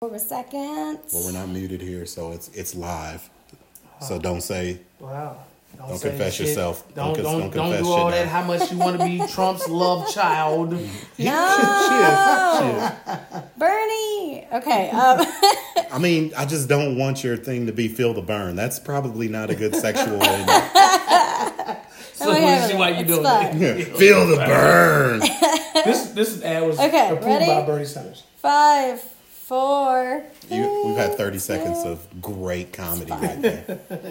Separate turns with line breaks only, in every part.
for a second.
Well, we're not muted here, so it's it's live. So don't say
Wow.
Don't
say
confess
shit.
yourself. Don't
Don't
cons-
don't,
don't
don't,
confess
do all
shit
that.
now. Mm-hmm.
How much you want to be Trump's love child?
No, Bernie. Okay. Um,
I mean, I just don't want your thing to be feel the burn. That's probably not a good sexual.
So
we
we
have
see
it.
why you
Oh, It's
doing
fine.
it.
feel the burn.
This this ad was
Okay,
approved
ready?
by Bernie Sanders.
five, four.
You, we've had thirty seconds of great comedy right there.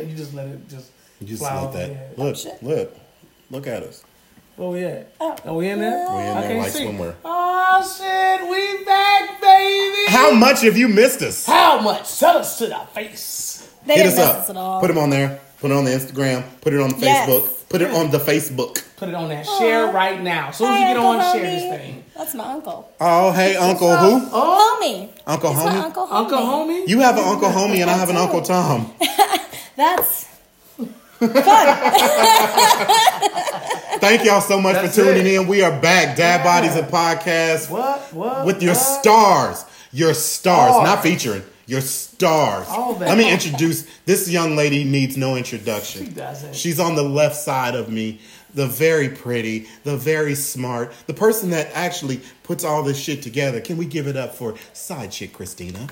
You just let it just.
You just
fly
let
off the
that.
head.
Look,
shit.
look, look at us.
Where we at?
Oh.
Are we in there?
We in
I
there
can't
like
see.
swimwear.
Oh shit, we back, baby.
How much have you missed us?
How much? Tell us to the face.
They
Hit
didn't
us
mess
up.
us at all.
Put them on there. Put it on the Instagram. Put it on the
Yes.
Facebook. Put it on the Facebook.
Put it on that share right now. As soon as you
Hi,
get on,
Oh. Uncle
share this
Homie.
thing.
That's my uncle.
Oh, hey, Uncle who?
Oh,
Homie.
Uncle
It's my
homie?
Uncle Homie.
Uncle Homie.
You have an Uncle Homie and I have an Uncle Tom.
That's
Thank y'all so much
That's
for tuning
it.
in. We are back, Dad Bodies and Podcast,
What? What?
with your
what?
stars, your stars,
Stars.
not featuring, your stars.
All that.
Let me introduce this young lady. Needs no introduction.
She doesn't.
She's on the left side of me. The very pretty, the very smart, the person that actually puts all this shit together. Can we give it up for side chick Christina?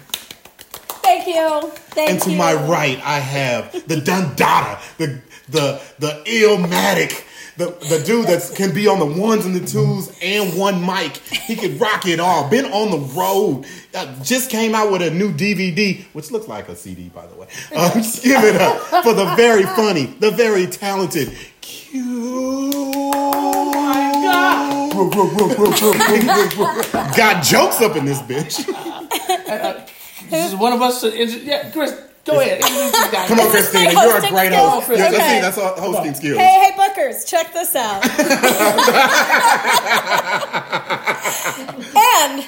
thank you. Thank
And to
you.
my right, I have the Dundada, the the the illmatic, the the dude that can be on the ones and the twos and one mic. He could rock it all. Been on the road. Uh, just came out with a new DVD, which looks like a CD, by the way. Uh, just give it up for the very funny, the very talented, cute.
Oh
Got jokes up in this bitch.
This is one of us. To intro- yeah, Chris, go ahead. Introduce this guy.
Come on,
This is
Christina,
my
you're a
hosting
great
skills.
host.
Okay.
You're- let's see, that's all hosting skills.
Hey, hey, Bookers, check this out. and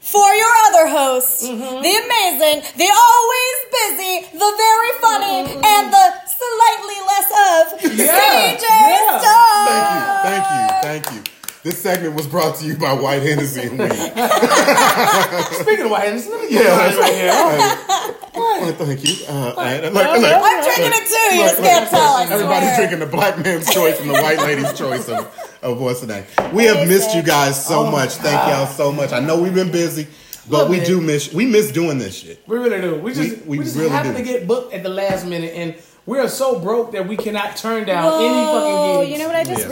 for your other hosts,
Mm-hmm.
the amazing, the always busy, the very funny, and the slightly less of
Mm-hmm. Yeah,
CJ
yeah.
Star.
Thank you, thank you, thank you. This segment was brought to you by White Hennessy and Weed.
Speaking of white, let me get
Yeah,
this right here.
Oh, thank you. Uh, and- and like, like,
I'm drinking it too, you just can't tell. I
everybody's
swear.
drinking the black man's choice and the white lady's choice of, of what's the name. We have missed you guys so much. Thank y'all so much. I know we've been busy, but
Little
we
bit.
do miss we miss doing this shit.
We really do. We just we,
We- we
just
really
happen
do.
to get booked at the last minute, and we are so broke that we cannot turn down
Whoa,
any fucking gigs.
Oh, you know what I just
Yes.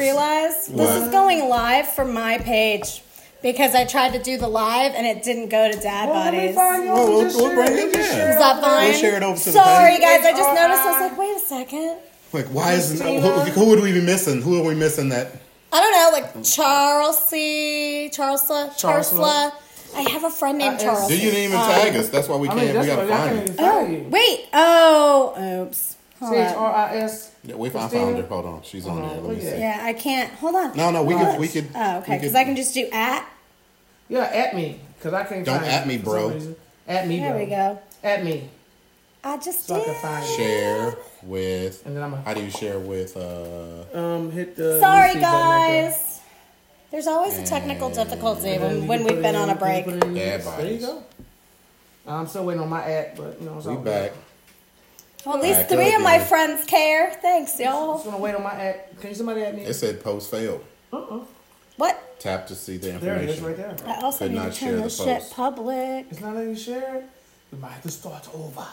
realized?
What?
This is going live from my page because I tried to do the live and it didn't go to Dad
Well, let me
Bodies.
find you.
Well, we'll-
We just
we'll
share
bring
it.
it
We just
in.
share
Is
it.
that fine?
We'll share it over to the
Sorry,
page.
guys. I just noticed. I was like, wait a second.
Like, why isn't who, who would we be missing? Who are we missing that?
I don't know, like Charles C. Charlesla. Charlesla.
Charlesla.
I have a friend named
Uh,
Charles.
You didn't even tag us. That's why we
I
can't.
mean, that's
we gotta
what I
find
can't
it.
even
Oh,
find you.
wait. Oh, oops. Hold
C H
up.
R I S.
Yeah, we found,
Christina?
found her. Hold on, she's on
Hold on,
there. Let me
look at
see.
that.
Yeah, I can't. Hold on.
No, no, we could,
What?
we could.
Oh, okay.
we could-
Because I can just do at.
Yeah, at me, cause I can't.
Don't
find
at
you
me,
for
bro.
some reason. At me,
There
bro.
we go.
At me,
I just
so I
did.
can find you.
share with.
And then I'm a-
How do you share with? uh
Um, hit the.
Sorry,
receive button right there.
guys. There's always a technical difficulty
And then
when,
you
when
can
we've
put
been
in-
on a
you can
break.
put in-
Dad
There you
bodies.
go. I'm still waiting on my app, but you know, it's
We
all
back.
good.
Well, at least
Back
three
up,
of my
yeah.
friends care. Thanks,
I'm just
y'all.
gonna wait on my app. Can somebody add me?
It said post failed.
Uh-uh.
What?
Tap to see the
There
information.
it is, right there.
I also
Could
need to
not share
turn
the
this shit
post.
public.
It's not letting you share it. We might have to start over.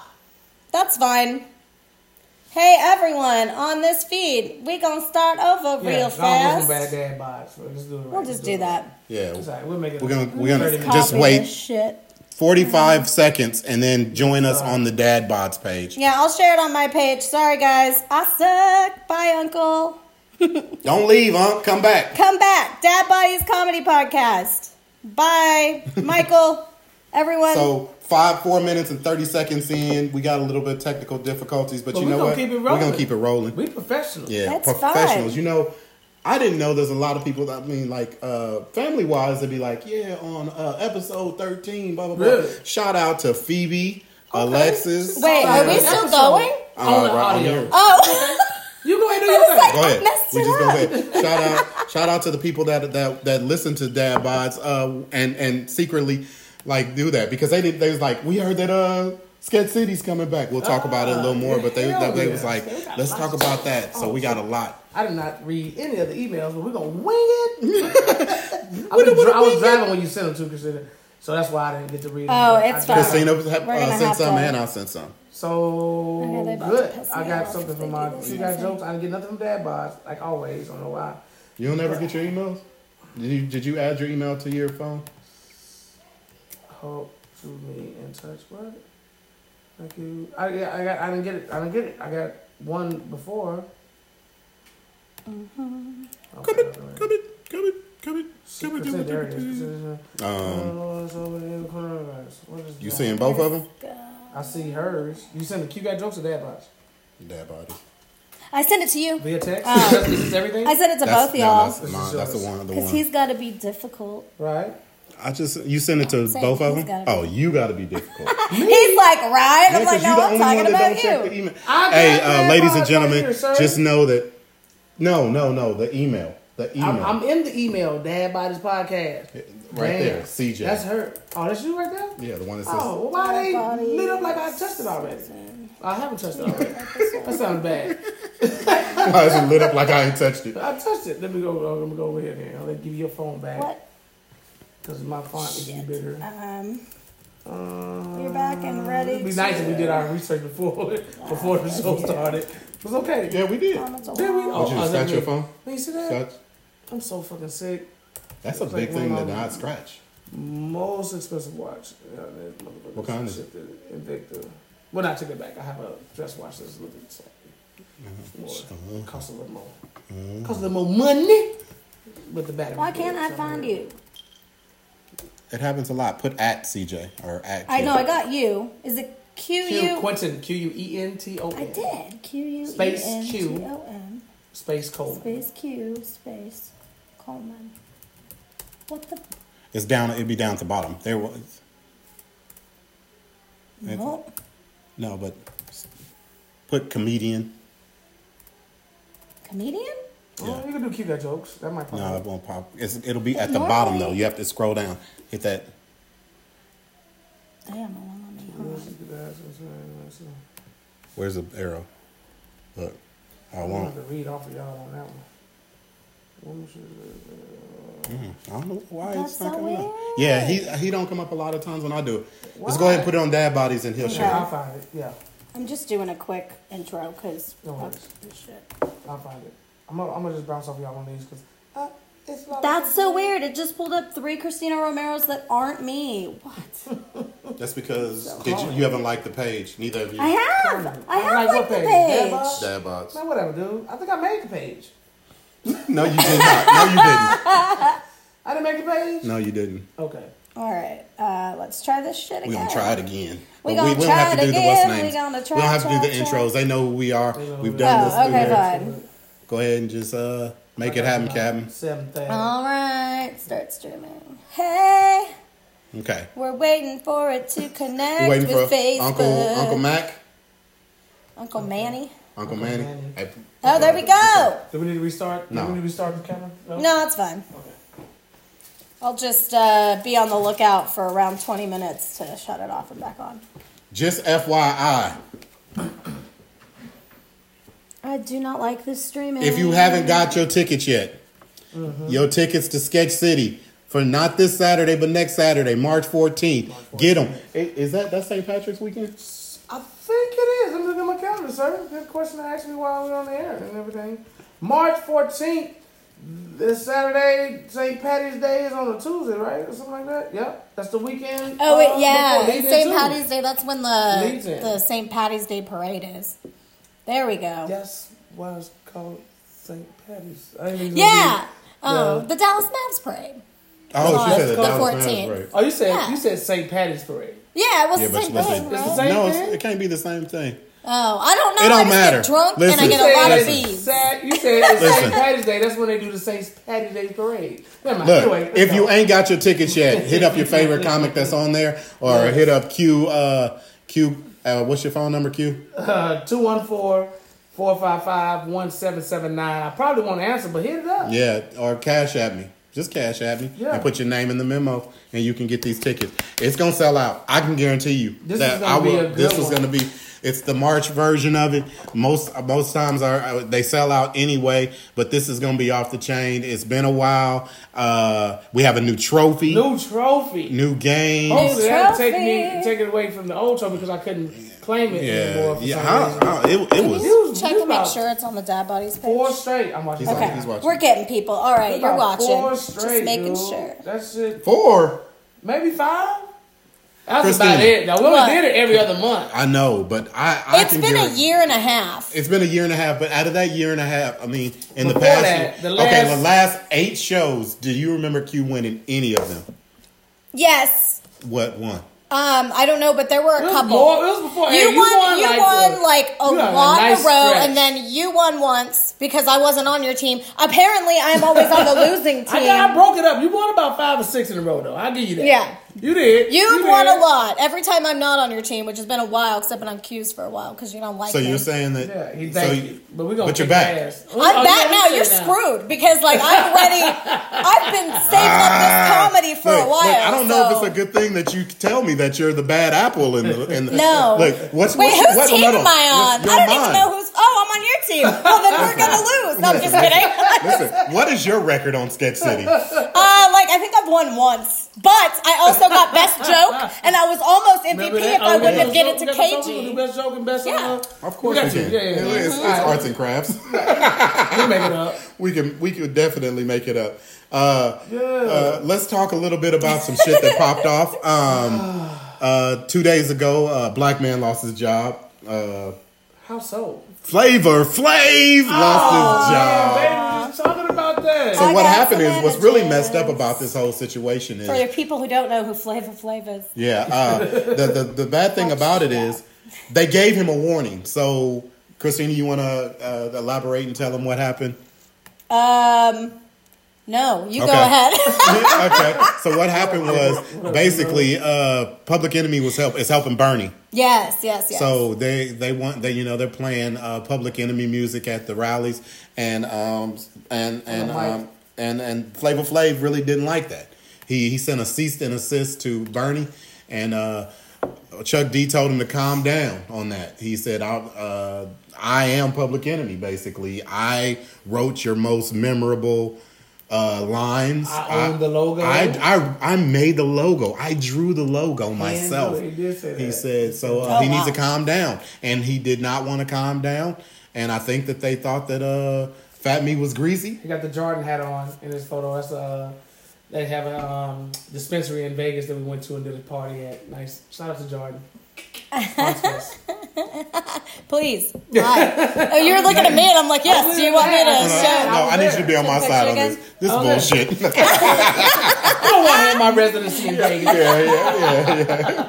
That's fine. Hey everyone, on this feed, we gonna start over
yeah,
real
as long as
fast.
it's no bad dad vibes. So let's do it right.
We'll
Let's
just
it
do
right.
that.
It's
Yeah,
all right. We'll make it.
we're gonna we're gonna
30 minutes.
just
Copy
wait
This shit.
45 seconds and then join us on the Dad Bods page.
Yeah, I'll share it on my page. Sorry guys, I suck. Bye, Uncle.
Don't leave, huh? Come back.
Come back, Dad Bodies Comedy Podcast. Bye, Michael. everyone.
So five, four minutes and 30 seconds in, we got a little bit of technical difficulties, but,
But
you
we
know
gonna
what?
keep it
we're gonna
rolling.
keep it rolling.
We professional.
Yeah,
That's
professionals.
fine.
You know, I didn't know there's a lot of people. That, I mean, like uh, family wise, they'd be like, yeah, on uh, episode thirteen, blah blah blah.
Really?
Shout out to Phoebe, Alexis.
Wait, are we
Sarah.
still
Episode.
going?
Uh,
on the
right on
audio?
here.
Oh,
You go ahead and do your thing.
Go ahead.
messed
We
it
just go
up.
ahead. Shout out, shout out to the people that that that listen to Dad Bods, uh, and and secretly like do that because they did. They was like, we heard that uh, Sketch City's coming back. We'll talk about it a
Oh,
little more, but they
hell
they
yeah.
was like,
They got
let's
lots
talk
of
about
stuff.
that. So
Oh,
we got a lot.
I did not read any of the emails, but we're gonna wing it. I,
What-
was
what-
dri- I was
wing
driving when you sent them to Christina, so that's why I didn't get to read. them,
Oh,
but I
it's
did.
fine.
Christina was-
We're gonna
uh,
have
sent some,
to-
and I sent some.
So
Okay, they about to
good.
piss
I
me
got
off
something
if they
from my
do this
two
to
guys
me.
jokes. I didn't get nothing from dad bods, like always. I don't know why.
You don't ever get your emails. Did you, did you add your email to your phone?
Hope to me in touch. What? Thank you. I yeah, I got. I didn't get it. I didn't get it. I got one before.
Mm-hmm.
Come in, come in, come in, come in, come in.
Secret
Do
Santa, there it
it.
is.
Um,
Oh, it's over there in the corner of us. What is
you
that?
seeing both of them?
I see hers. You send the Q got jokes or dad box
Dad bodies.
I sent it to you.
via text.
Oh.
That's- this is everything,
I sent it to both of
That's, no,
y'all.
that's, mine. that's the one. The
Because
one.
he's got to be difficult.
right?
I just you send it to
saying
both of
he's
them.
gotta be-
Oh, you got to be difficult.
He's like, right? I'm like,
'cause
no, I'm talking about you.
email.
I got
Hey,
that
uh, ladies and
right
gentlemen,
here, sir.
just know that. No, no, no. The email. The email.
I'm, I'm in the email, Dad Bodies Podcast.
right
Damn.
there, CJ.
That's her. Oh, that's you right there?
yeah, the one that says.
Oh, well, why they
Dad Bodies.
lit up like I touched it already? I haven't touched it already. that sounds bad.
Why is it lit up like I ain't touched it?
I touched it. Let me go. uh, Let me go over here then. I'll let- give you your phone
e-
back
What?
because my font is bigger.
Um,
Um,
you're back and
It'd
ready.
be nice if we
to-
did our research before before the show started. It was okay.
Yeah, we did.
Comments allowed.
There we go.
Would you
Oh, is that
scratch your
me?
phone?
Can you see that?
Scratch?
I'm so fucking sick.
That's a
It's
big
like
thing to
one
not
moment.
scratch.
Most expensive watch. Yeah, that motherfucker
What kind is it?
shit, the Invicta. Well, not take it back. I have a dress watch that's a little bit slightly
Mm-hmm.
more. Costs a little more. Costs a little more money. But the battery.
Why can't I find you?
It happens a lot. Put at CJ or at.
I
Q.
know, I got you. Is it Q
Q
U?
Quentin. Q U E N T O N.
I did. Q U E
Space
N T
Q.
O N.
Space Coleman.
Space Q space Coleman. What the?
It's down. It'd be down at the bottom. There was
No.
no, but put comedian.
Comedian?
Oh, you can do Q got jokes. That might pop.
No,
up.
it won't pop. It's, it'll be at the bottom though. You have to scroll down. Hit that.
I don't know. Let me- hold on.
Where's the arrow? Look, I
I wanted
won't.
to read off of y'all on that one. Woman should-
I don't know why
That's
it's not
so
coming up.
weird.
Yeah, he he don't come up a lot of times when I do. Let's go ahead and put it on dad bodies and he'll
Yeah,
share.
I'll find it. Yeah,
I'm just doing a quick intro because
No worries.
shit.
I'll find it. I'm gonna, I'm gonna just bounce off y'all on these because uh, it's not.
That's so weird. It just pulled up three Christina Romero's that aren't me. What?
it. That's because did you, you haven't liked the page. Neither of you.
I have. I have like the page.
Dad bods.
Man, whatever, dude. I think I made the page.
No, you did not. No, you didn't.
I didn't make the page.
No, you didn't.
Okay.
All right. Uh, let's try this shit again.
We gonna try it again.
We
But
gonna
don't
try
have to
it
do the what's
again.
names.
We gonna try,
We don't have to do
try,
the
try.
intros. They know who we are. We've done this.
Oh, okay,
before.
fine.
Go ahead and just uh make it happen, Captain.
Seven thing.
All right. Start streaming. Hey,
Okay.
we're waiting for it to connect
We're waiting for
with Facebook.
Uncle Uncle Mac,
Uncle Manny.
Uncle Manny.
Manny.
Hey,
Oh, there we go.
Do we need to restart?
No.
Do we need to restart the camera?
No, it's fine. I'll just uh, be on the lookout for around 20 minutes to shut it off and back on.
Just FYI,
I do not like this streaming.
if you haven't got your tickets yet, your tickets to Sketch City for not this Saturday but next Saturday, March 14th. Get them. Is that that's St. Patrick's weekend?
I think it is. I'm looking at my calendar, sir. Good question to ask me while we're on the air and everything. March 14th, this Saturday, St. Patty's Day is on a Tuesday, right? Or something like that. Yep. That's the weekend.
Oh,
uh,
it, yeah.
before Lead-In
St.
too.
Patty's Day. That's when the
Leads in.
the St. Patty's Day parade is. There we go.
That's why it's called St. Patty's. I didn't even know
Yeah.
Yeah.
Um, the Dallas Mavs parade.
Oh, she
on
said that
the
that was
14th.
right.
you- Oh, you said
Yeah.
you said St. Patty's Parade.
Yeah, it was
Yeah,
the
but
same
listen,
thing,
It's
right?
the same
no,
thing?
it's, it can't be the same thing.
Oh, I don't know.
It don't
I just get
matter.
drunk
Listen.
and I get a lot of
Said
bees.
Sat- you said it's
Listen.
St. Patty's Day. That's when they do the St. Patty's Day Parade. Never mind.
Look,
anyway, let's
if you
go.
ain't got your tickets yet, hit up your favorite comic that's on there, or hit up Q. Uh, Q. Uh, what's your phone number? Q.
uh, 214 455 1779. I probably won't answer, but hit it up.
Yeah, or Cash at me. Just cash at me
Yeah.
and put your name in the memo, and you can get these tickets. It's gonna sell out. I can guarantee you
This
that
is
I
gonna be
will.
a good
this is
one.
gonna be. It's the March version of it. Most most times are uh, they sell out anyway, but this is gonna be off the chain. It's been a while. Uh, we have a new trophy, new,
New trophy.
game.
Oh, they had to take me
Trophy.
take it away from the old trophy because I couldn't claim it
yeah,
anymore. For
yeah.
some
How,
reason.
how- it, it was.
You was-
Check
you
and make
about
sure it's on the dad bodies page.
Four straight. I'm watching.
He's
that.
Okay,
He's watching.
we're getting people. All right, you're
About
watching.
Four
Just
straight,
making
dude.
sure.
That's it.
Four.
Maybe five. That's about
Christina.
it. Now we
What?
only did it every other month.
I know, but I. I
It's
can
been a
guarantee-
year and a half.
It's been a year and a half, but out of that year and a half, I mean, in the
Before
past,
that, the
okay,
last-
the last eight shows, do you remember Q winning any of them?
Yes.
What one?
Um, I don't know, but there were a
It was
couple.
more- it was before-
you,
hey, you
won,
won,
you
like,
won
the-
like a
you had a
lot
nice
in a row,
stretch.
and then you won once because I wasn't on your team. Apparently, I'm always on the losing team.
I, got, I broke it up. You won about five or six in a row, though. I give you that.
Yeah.
you did.
You've
You
won
did.
a lot every time I'm not on your team, which has been a while, except when I'm Q's for a while because you don't like
So
me.
you're saying that?
Yeah, he
so
thanked you. But we're gonna.
but you're
kick
back.
ass. Oh,
I'm
yeah,
back
you
now.
said
You're
that.
screwed because like I'm ready. I've been saving up this comedy for
Ah,
a
Look, look,
while.
I don't know if
so-
it's a good thing that you tell me that you're the bad apple in the. In the
No.
Look, what's
Wait,
what's,
whose
what-
team
hold
am I on?
Your
I don't even
mind.
know who's. Oh, I'm on your team. Well, then we're gonna lose. No, I'm just kidding.
Listen, what is your record on Sketch City?
Uh, like I think I've won once, but I also got best joke, and I was almost MVP
Remember
if
that?
I
Oh, we
wouldn't
got
have given it
the
to
joke- we got the joke, we
KG.
do Best joke and best.
Yeah.
song.
Of course
we
we,
got you.
can.
Yeah, yeah.
It's, it's
All right.
arts and crafts.
We make it up.
We can we could definitely make it up. Uh, uh, let's talk a little bit about some shit that popped off. Um, uh, two days ago, uh, black man lost his job. Uh,
How so?
Flavor
Oh,
Flav lost his job.
Baby, we was talking about that.
Uh, So
I
what
got
happened
some
is what's really
images.
messed up about this whole situation is
For the people who don't know who Flavor Flav is,
Yeah. Uh, the, the the bad thing about it is they gave him a warning. So Christina, you want to uh, elaborate and tell him what happened?
um, no, you go
Okay.
ahead.
okay. So what happened was basically uh, Public Enemy was help is helping Bernie.
yes, yes, yes.
So they they want they you know they're playing uh, Public Enemy music at the rallies and um and and
mic.
um, and and Flavor Flav really didn't like that. He he sent a cease and assist to Bernie and uh, Chuck D told him to calm down on that. He said I uh, I am Public Enemy basically. I wrote your most memorable. Uh, lines.
I own the logo.
I, I I made the logo. I drew the logo myself.
he did say
He
that.
said so. Uh,
Oh,
he needs
wow.
to calm down, and he did not want to calm down. And I think that they thought that uh, Fat Me was greasy.
He got the Jordan hat on in his photo. That's uh, they have a um, dispensary in Vegas that we went to and did a party at. Nice. Shout out to Jordan. Sponsor us.
Please. Why? oh, you're looking at me, and I'm like, yes. Do you want me
I
to
was
No,
there.
show?
Uh, no, I need you to be on my
Picture
side on
again? Oh,
this. This
Okay.
bullshit.
I don't want to have my residency in Vegas.
yeah, yeah,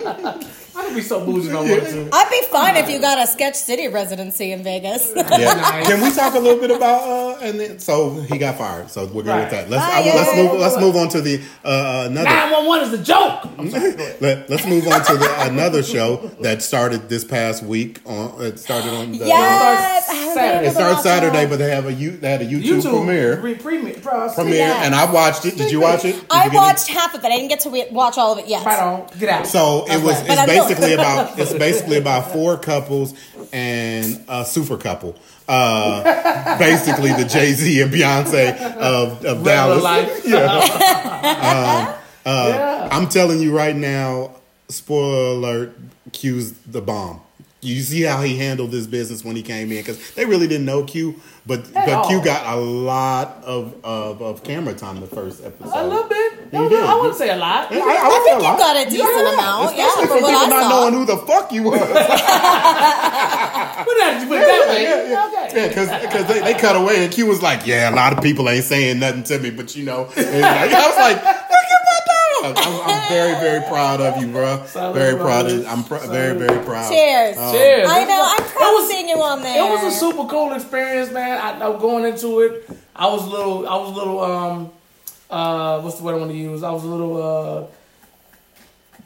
yeah, yeah.
I would be so bougie if I wanted to.
I'd be fine if you got a Sketch City residency in Vegas.
Yeah.
Nice.
Can we talk a little bit about uh and then so he got fired. So we're good
Right.
with that. Let's
Bye,
I- let's
yay.
move let's move on to the uh another
911 is a joke. I'm sorry. go ahead.
let, us move on to the, another show that started this past week on it started on the
yes.
starts
I was
Saturday.
able
It
to
starts
watch
Saturday,
all.
but they have a you they had a YouTube,
YouTube
premiere.
Pre- premiere. Bro,
premiere,
Yeah.
and I watched it. Did you watch it? Did
I
you get it?
watched half of it. I didn't get to re- watch all of it yet.
Right on. Get out.
So it was.
But
It's
I know it.
basically about. It's basically about four couples and a super couple. Uh, basically, the Jay Z and Beyonce of, of Dallas.
life.
yeah. Uh,
yeah.
I'm telling you right now. Spoiler alert. Q's the bomb. You see how he handled this business when he came in because they really didn't know Q, but but Q
all.
got a lot of, of of camera time the first episode.
A little bit.
You
No,
did.
no, I wouldn't say a lot.
I,
I,
would say
think
a
you
lot.
got a decent amount. Yeah,
Especially
from
for people
what I
not
saw.
knowing who the fuck you were.
But not to put it that way.
yeah, yeah.
Okay.
Yeah, because they, they cut away, and Q was like, "Yeah, a lot of people ain't saying nothing to me, but you know." and like- I was like, "Look at my dog." I'm, I'm very, very proud of you, bro.
Salute,
very proud of.
brothers.
I'm pr-
Salute.
very, very proud. Um,
Cheers.
Cheers.
I know. I'm
It
proud
was-
of seeing you on
It
there.
was a super cool experience, man. I, I going into it, I was a little, I was a little, um, uh, what's the word I want to use? I was a little, uh,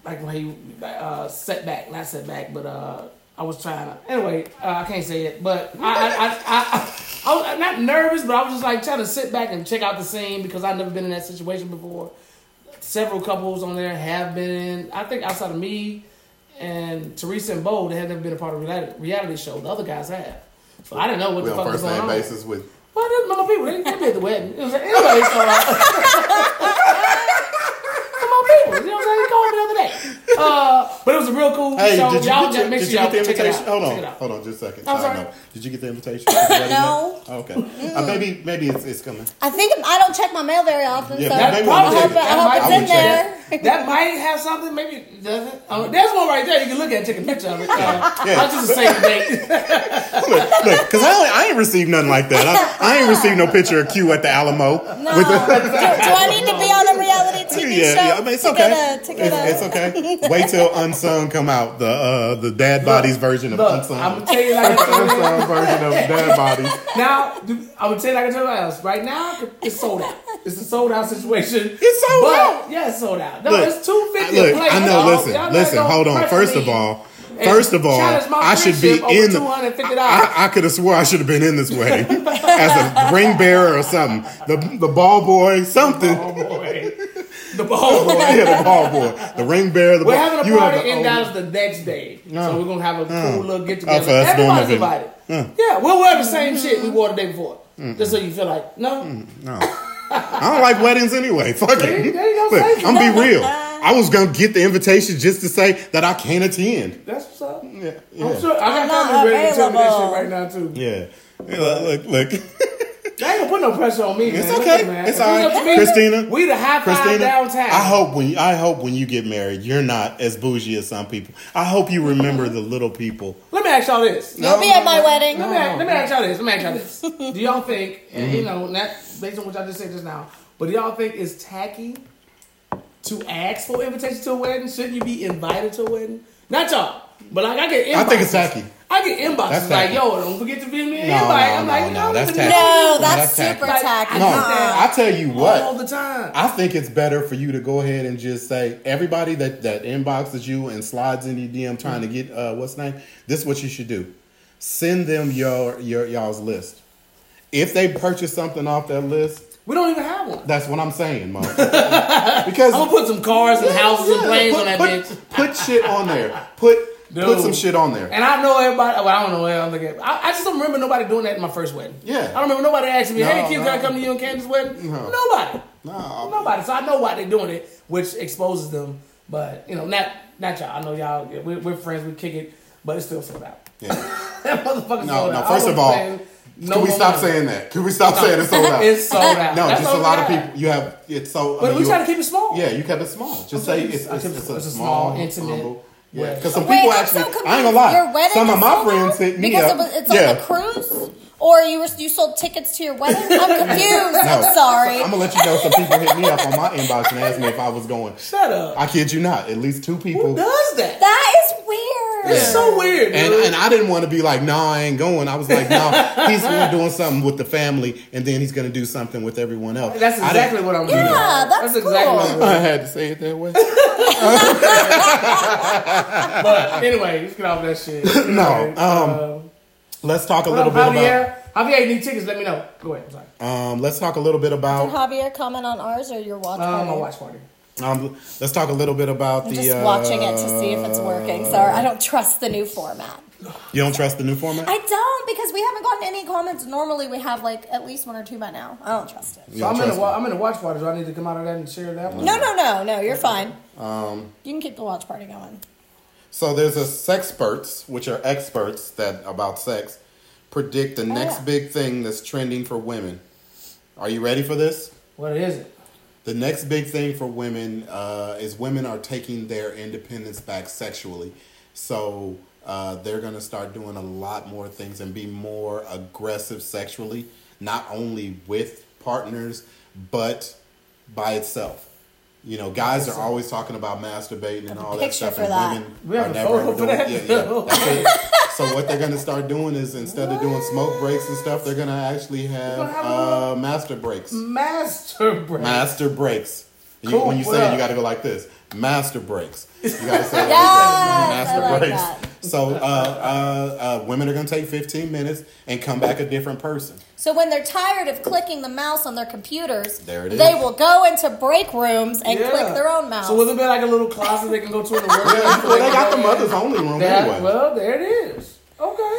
like when he uh, setback, not setback, but uh, I was trying to. Anyway, uh, I can't say it, but I, I, I, I, I, I was not nervous, but I was just like trying to sit back and check out the scene because I've never been in that situation before. Several couples on there have been. I think outside of me and Teresa and Bo, they have never been a part of a reality, reality show. The other guys have. So I didn't know what
We
the
on
fuck was
first
going
name
on.
basis with
Well, that's my people. They, they be at the wedding. You know what I'm saying? Anyway, so. Uh, come on, people. You know what I'm saying? They called me the other day. Uh, but it was a real cool
Hey,
show.
did you,
y'all
get, your,
make
did
sure
you
y'all
get the
check it
invitation?
out.
Hold on,
Check it out.
hold on, just a second.
I'm
Side
sorry.
note. Did you get the invitation? to the wedding
No.
yet? Okay. Uh, maybe maybe it's, it's coming.
I think I don't check my mail very often,
Yeah,
so
that
That
I
Maybe
probably
we'll
hope,
check it.
I hope
I
it's
would
in
check
there.
it.
That might have something. Maybe it doesn't. Oh, there's one right there. You can look at, it, take a picture of it. Uh,
Yeah.
I'll just say the date.
Look, because I, only- I ain't received nothing like that. I, I ain't received no picture of Q at the Alamo.
No. do, do I need to be on a reality TV
Yeah,
show
yeah, I mean, it's
to
okay.
get a to get a?
It's, it's okay. Wait till Unsung come out the uh, the Dad Bodies version of
Look,
Unsung.
I'm gonna tell you like I told you.
Unsung version of Dad Bodies.
now, dude, I'm gonna tell you like I told everybody else. Right now, it's sold out. It's a sold out situation.
It's sold
but,
out.
Yeah, it's sold out. No,
Look,
it's two fifty.
Look, I know. Listen, listen. Hold on. First of all,
and
first of all,
challenge my
I should be
friendship over
in the.
$250.
I, I could have swore I should have been in this wedding as a ring bearer or something. The the ball boy, something.
oh boy, the ball boy.
Oh, yeah, the ball boy, the ring bearer. The
We're
ball-
having a
you have
party
the-
in Dallas the next day, so we're gonna have a cool little get
Oh,
together.
so that's normal
Everybody's
then.
invited. Yeah, we'll wear the same
Mm-hmm.
shit we wore the day before, just so you feel like no.
No. I don't like weddings anyway. Fuck
There you-
it.
there you go,
Look,
save it.
I'm be real. I was gonna get the invitation just to say that I can't attend.
That's what's up.
Yeah,
I'm
yeah.
sure I
I'm
got
not
family ready to tell me that shit
available.
right now too.
yeah. Yeah, Look, look, look.
Y'all ain't gonna put no pressure on me.
It's
man.
okay.
Look, man.
It's
If it
all
was
right.
up to me,
Christina,
We the high five
Christina,
downtown.
I hope when you, I hope when you get married, you're not as bougie as some people. I hope you remember the little people.
Let me ask y'all this.
You'll be at my wedding.
Let me, let me ask y'all this. Let me ask y'all this. Do y'all think, and
Mm-hmm.
you know, not based on what y'all just said just now, but do y'all think it's tacky to ask for invitation to a wedding? Shouldn't you be invited to a wedding? Not y'all, but like I get inboxes.
I think it's tacky.
I get inboxes
That's
like,
tacky.
yo, don't forget to be me an
No,
invite.
no,
I'm like,
no,
you
no,
know,
that's
even
tacky.
No,
that's
that's
tacky.
super
Like,
tacky.
I
No,
get that
I tell you
all
what.
the time.
I think it's better for you to go ahead and just say everybody that that inboxes you and slides in your DM trying to get uh, what's name. This is what you should do: send them your your y'all's list. If they purchase something off that list,
we don't even have one.
that's what I'm saying, motherfucker. because
I'm gonna put some cars and houses and
Yeah,
planes
put,
on that
put,
bitch.
Put shit on there. Put put
Dude.
some shit on there.
And I know everybody. Well, I don't know. where I'm looking at. I, I just don't remember nobody doing that in my first wedding.
Yeah.
I don't remember nobody asking me,
No,
"Hey, kids,
no.
can I come to you and Candace's wedding?"
No.
Nobody.
No.
Nobody. So I know why they're doing it, which exposes them. But you know, not not y'all. I know y'all. yeah, We're, we're friends. We kick it, but it's still sold out.
Yeah.
that motherfucker's
No,
sold
no.
out.
First
I
of all, can
wasn't paying no
we
more
stop
money.
saying that? Can we stop saying it's sold out?
It's sold out.
no,
That's
just a
all we
lot of
got.
people. You have it's so. I
But
mean,
we
you-
try to keep it small.
Yeah, you kept it small. Just say
keep it-
it's,
I
it's,
kept it-
it's a,
it's a
small,
small, intimate
humble- Yeah,
wedding.
because some
Wait,
people
I'm
actually.
so confused.
I ain't gonna lie.
Your wedding
some of
is
my
sold
friends
out?
hit me
because
up.
it was, it's
yeah.
on a cruise, or you were you sold tickets to your wedding. I'm confused. I'm sorry.
I'm gonna let you know some people hit me up on my inbox and asked me if I was going.
Shut up.
I kid you not. At least two people.
Who does that?
that is weird.
It's so weird.
And,
dude.
and I didn't want to be like, no, I ain't going. I was like, no, he's we're doing something with the family, and then he's going to do something with everyone else.
that's
I didn't-
exactly what I'm
Yeah,
doing.
that's
exactly what I'm
cool.
doing.
I had to say it that way.
But anyway, let's get off that shit.
No, um, Let's talk a little bit about.
Javier, Javier, you need tickets? Let me know. Go ahead. I'm sorry.
Um, let's talk a little bit
Did
about.
Javier comment on ours or your watch
Um,
party?
my watch party.
Um, let's talk a little bit about
I'm
the.
just
uh,
watching it to see if it's working. Sorry, I don't trust the new format.
You don't trust the new format.
I don't because we haven't gotten any comments. Normally, we have like at least one or two by now. I don't trust it.
You
So
don't
I'm in,
trust
a, wa- I'm in a watch party, so I need to come out of that and share that one.
No, no, no, no. You're fine.
it. Um,
You can keep the watch party going.
so there's a sexperts, which are experts that about sex, predict the next
Oh, yeah.
big thing that's trending for women. Are you ready for this?
What is it?
The next big thing for women uh, is women are taking their independence back sexually. So uh, they're going to start doing a lot more things and be more aggressive sexually, not only with partners, but by itself. You know, guys are always talking about masturbating and all that
picture
stuff,
for
and
that.
women
We have
are
a
never
photo
ever
for
doing. Yeah,
that?
yeah, that's it. So what they're gonna start doing is instead of doing smoke breaks and stuff, they're gonna actually have,
gonna have a
uh, master breaks.
Master break.
Master breaks. You-
Cool,
when you
what
say it,
up?
you got to go like this. Master breaks. You got to say it like
Yes,
that. Master
I like
breaks.
that.
So uh, uh, uh, women are gonna take 15 minutes and come back a different person.
So when they're tired of clicking the mouse on their computers,
There it
they
is.
will go into break rooms and
Yeah.
click their own mouse.
So will it be like a little closet they can go to in the world?
well, they got the mothers only room anyway.
Well, there it is. Okay.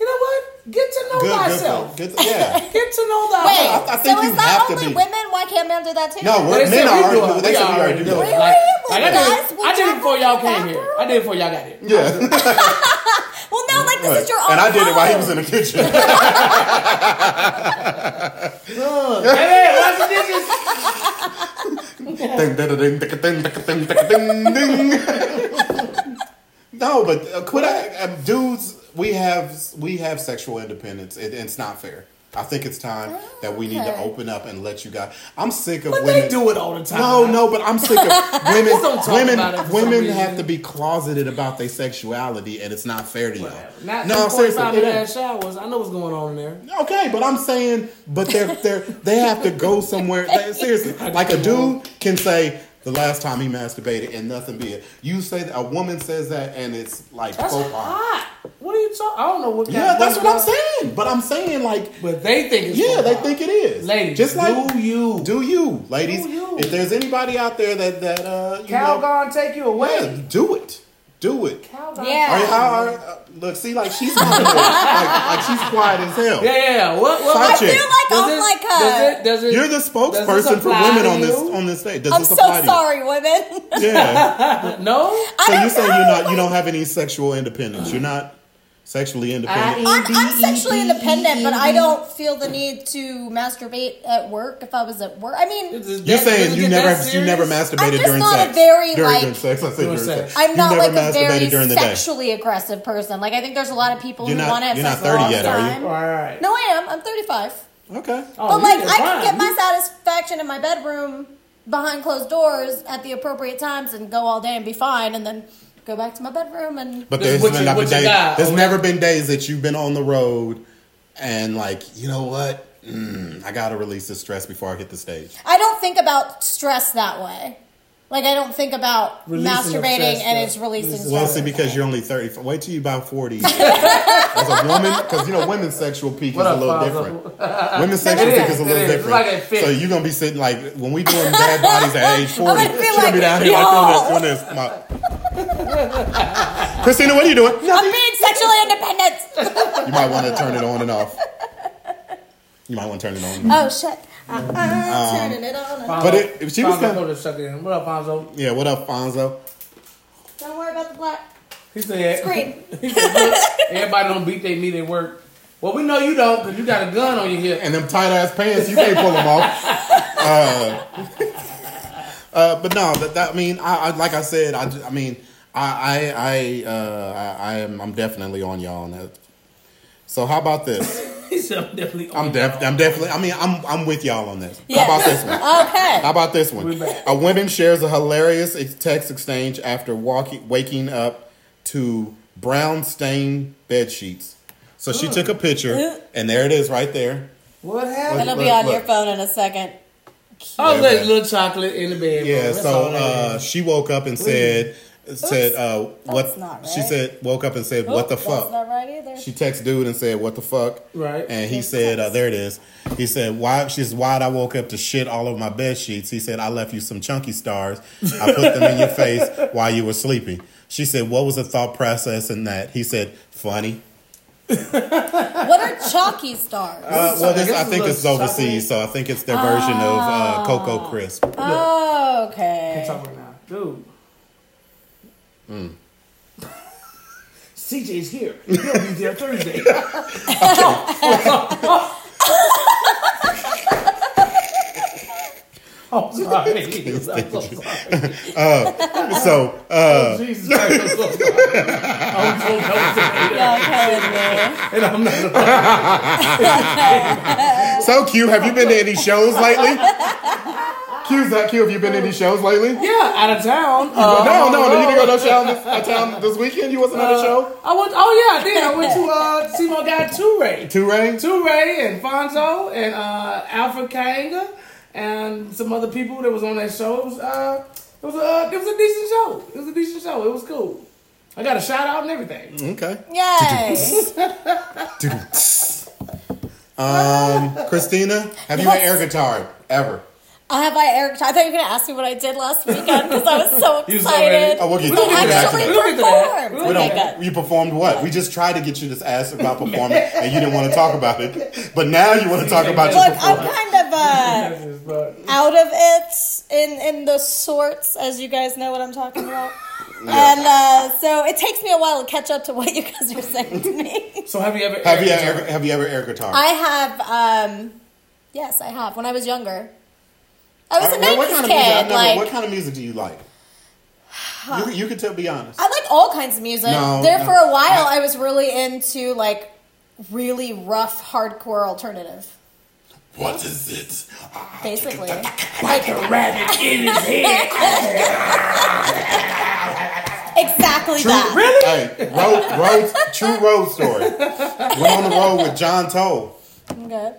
You know what? Get to know
good, good,
thyself.
good, good. Yeah.
Get to know
Wait,
I-
thyself.
I think
so
you
it's
have
not
to
only
be.
women? Why can't men do that too?
No,
But
we're,
they
men
said
are
we
already doing it. They said we already
do it. We already do
doing
it.
it.
Like,
Really?
like I did,
Guys,
it-
we
I did it before y'all
definitely
came
back
here.
room.
I did it before y'all got here.
Yeah.
Well, no, like this is your own.
and I did it while he
home.
was in the kitchen.
Hey, hey, watch the dishes.
Ding, ding, ding, ding, ding, ding, ding, ding, ding. No, but uh, quit. I, um, dudes, we have we have sexual independence. It, it's not fair. I think it's time that we need to
Okay.
open up and let you guys. I'm sick of
But
women.
they do it all the time.
No, no, but I'm sick of women.
don't talk
women,
about it for some
women
reason.
have to be closeted about their sexuality, and it's not fair to y'all.
Not
no,
no,
I'm serious.
45
It
minute
ain't.
ass showers. I know what's going on in there.
Okay, but I'm saying, but they're they're they have to go somewhere. They- seriously, like a dude can say the last time he masturbated and nothing be it. You say that a woman says that and it's like
That's
faux pas.
hot. What are you talking? I don't know what. Kind
Yeah,
of
that's what
women
I'm
are.
saying. But I'm saying like,
But they think it's
yeah,
faux
they
pas.
think it is.
Ladies,
just like
do you?
do you, ladies?
Do you.
If there's anybody out there that that uh, you know,
Calgon take you
yeah,
away.
do it, do it.
Calgon.
Yeah.
Are, how are, uh, look, see, like she's not doing it. like, like she's quiet as hell.
Yeah, yeah. yeah. What? what
Side
I
chick.
feel like
does
I'm
it-
like
does
her.
it- does it-
You're the
does this
spokesperson for
apply
women
to
on this
you?
on this stage. Does
I'm
this
so
apply to you?
sorry, women.
Yeah.
No.
I
So
don't
you say
know,
you're not you
like,
don't have any sexual independence. You're not sexually independent.
I'm, I'm sexually independent, but I don't feel the need to masturbate at work if I was at work. I mean,
You're saying you never you never
I'm
masturbated
just
during
not a
sex.
very,
during,
like-
during sex. I said
During
during sex.
sex.
I'm
You
not like
never
a very
masturbated during the day.
sexually aggressive person. Like I think there's a lot of people
You're
who
not-
want to have
you're not
sex all
30
the
yet, are you?
time.
Oh, All right.
No, I am. I'm 35.
Okay.
Oh,
but like I can get my satisfaction in my bedroom behind closed doors at the appropriate times and go all day and be fine, and then go back to my bedroom and.
But
This
there's
what
been
you-
not
what
a day-
you got,
there's
okay.
never been days that you've been on the road and like, you know what? Mm, I gotta release this stress before I hit the stage.
I don't think about stress that way. Like I don't think about
Releasing of
masturbating
stress,
and
yeah.
it's releasing
Well,
stress.
see, because you're only 30. Wait till you about 40. As a woman, because you know, women's sexual peak
What
is a
up,
little
Fonzo?
different. Women's sexual
is,
peak is a
it
little
is. It's
different.
like a fit.
so you're going to be sitting like, when we doing bad bodies at age 40,
I'm
she's
gonna
going
feel
to be
like,
down here like doing this. Doing this. My- Christina, what are you doing?
I'm being sexually independent.
You might want to turn it on and off. You might want to turn it on. And off.
Oh shit! Uh,
Um,
uh, turning it on. And
But it- if she was
Fonzo
gonna-
told her to suck it in. What up, Fonzo?
Yeah, what up, Fonzo?
Don't worry about the black
He said.
screen.
he said, "Look, everybody don't beat their meat at work. Well, we know you don't because you got a gun on your hip.
and them tight ass pants, you can't pull them off. Uh, uh, but no, that, that I mean, I, I like I said, I, ju- I mean, I I I, uh, I I am I'm definitely on y'all on that. So how about this?
He said, I'm definitely.
I'm def- I'm definitely. I mean, I'm I'm with y'all on this.
Yeah.
How about this one? How
Okay.
about this
We
one?
back.
A woman shares a hilarious ex- text exchange after walking, waking up to brown stained bed sheets. So she took a picture, and there it is, right there.
What happened?
It'll be
Look,
on
look.
your phone in a second.
Oh,
Yeah.
there's little chocolate in the bed.
Yeah, so uh, she woke up and said, said uh, what?
That's not
She
right.
said, woke up and said, what the
That's
fuck?
not right either.
She texted dude and said, what the fuck?
Right.
And he
Yes,
said, uh,
text.
there it is. He said, why? She says, why'd I woke up to shit all over my bed sheets? He said, I left you some chunky stars. I put them in your face while you were sleeping. She said, what was the thought process in that? He said, funny.
What are chalky stars?
Uh, well, this,
guess
I
it's
think
a
this is
little
overseas, so I think it's their version of uh, Cocoa Crisp.
oh, okay.
Talk right now. Dude.
Hmm.
CJ's here. He'll be there Thursday. oh, sorry. I'm so sorry.
So, uh,
Jesus Christ, I'm so sorry. I'm so comfortable.
Y'all killing me.
And I'm not a-
So Q, have you been to any shows lately? Q's that Q, have you been to any shows lately?
Yeah, out of town. Uh,
no, no, no, you didn't go to no show this a town this weekend. You wasn't at a show.
I went. Oh yeah, I did. I went to uh, see my guy Toure.
Two range.
Toure and Fonzo and uh, Alfred Kainga and some other people that was on that show. It was uh, it was a uh, it was a decent show. It was a decent show. It was cool.
I got a shout out and everything.
Okay.
Yay.
Um, Christina, have you had air guitar ever?
I have I Eric. I thought you were gonna ask me what I did last weekend because I was so
You was so ready.
excited.
Oh, we'll get
to
we'll get back to
actually
that.
We'll get to that.
perform.
We'll
We
Okay,
don't-
good.
You performed what? We just tried to get you to ask about performing, and you didn't want to talk about it. But now you want to talk about your
Look, I'm
performance.
kind of uh,
But
out of it in in the sorts, as you guys know what I'm talking about. And uh, so it takes me a while to catch up to what you guys are saying to me.
so have you ever?
Have you ever? Have you ever air guitar?
I have, um, yes, I have. When I was younger, I was a
Uh, what- what
'90s
kind of music- I
kid.
never-
Like
what kind of music do you like? You, you can tell. Be honest.
I like all kinds of music.
No,
there
no.
for a while, I was really into like really rough hardcore alternative.
What is it?
basically.
like a rabbit in his head?
Exactly that.
Hey, road, road, true road story. Went on the road with John Toll,
Okay.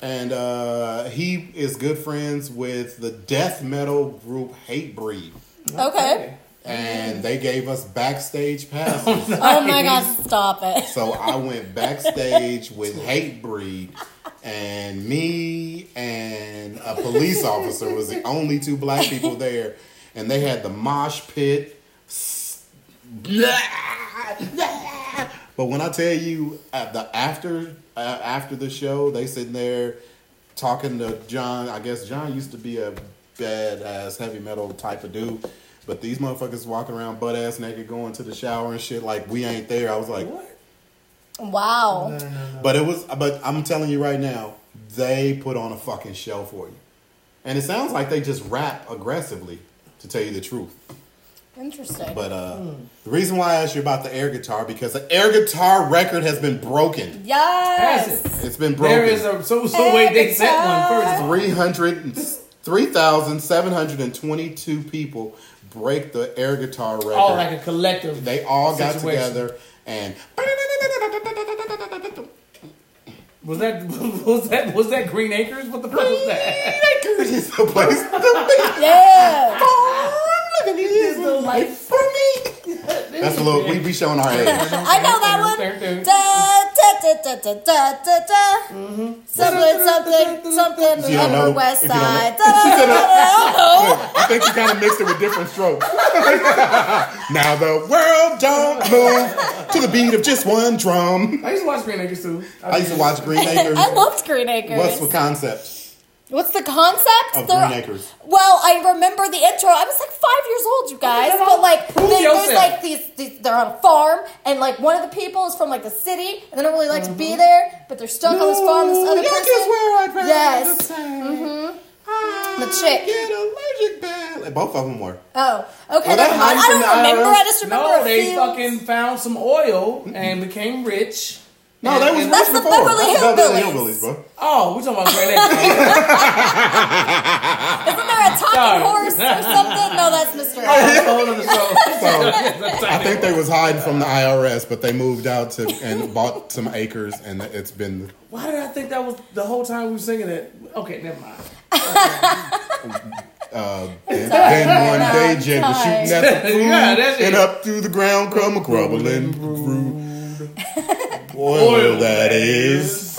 and uh, he is good friends with the death metal group Hatebreed,
Okay.
and they gave us backstage passes.
Oh my god, stop it.
so I went backstage with Hatebreed, and me and a police officer was the only two black people there, and they had the mosh pit. But when I tell you at the after uh, after the show, they sitting there talking to John. I guess John used to be a badass heavy metal type of dude, but these motherfuckers walking around butt ass naked, going to the shower and shit like we ain't there. I was like,
Wow.
but it was. But I'm telling you right now, they put on a fucking show for you, and it sounds like they just rap aggressively. To tell you the truth,
Interesting.
but uh, the reason why I asked you about the air guitar because the air guitar record has been broken.
Yes.
That's
It's been broken.
There is a so so wait. They set one first.
300 3,722 people break the air guitar record.
All like a collective.
they all got
Situation.
together and
Was that was that was that Green Acres? What the fuck was that?
is the place to be.
Yeah.
I'm living this life for me. That's a little. We be showing our age.
I know that one. Da, da, da, da, da, da, da. Something, something, something.
You don't
Upper
know.
West
If you don't
Side.
know.
Da, da, da, da, da.
I think you kind of mixed it with different strokes. now the world don't move to the beat of just one drum.
I used to watch Green Acres too.
I used to watch Green Acres.
I loved Green
What's the
Acres.
concept
What's the concept?
of
They're-
Oh, Green Acres?
Well, I remember the intro. I was like five years old, you guys.
come
But
on.
like,
Prove
they, there's
yourself.
like these, these. They're on a farm, and like one of the people is from like the city, and they don't really like to
Mm-hmm.
be there, but they're stuck on this farm. This other
Look
person.
is where I'd rather
Yes. Mm-hmm.
stay.
The
I
chick.
get allergic bad. Like, Both of them were.
Oh, okay.
Were they
never mind. I
hiding from
don't
the
remember.
IRS?
I just remember
No,
a
they
few.
fucking found some oil and became rich.
No,
And-
they was
and-
That's
rich
the
before.
Beverly
That's the
Hillbillies.
bro.
Oh, we talking about Green Acres?
Isn't there a talking
Sorry.
horse or something? No, that's Mr. Ed.
That's a whole other show.
So
That's
I
right.
think they was hiding from the IRS, but they moved out to and bought some acres, and it's been
Why did I think that was the whole time we were singing it? Okay, never mind.
uh, been one day jet was shooting at the food
Yeah, that's it.
and up through the ground come a crumbling through oil that is.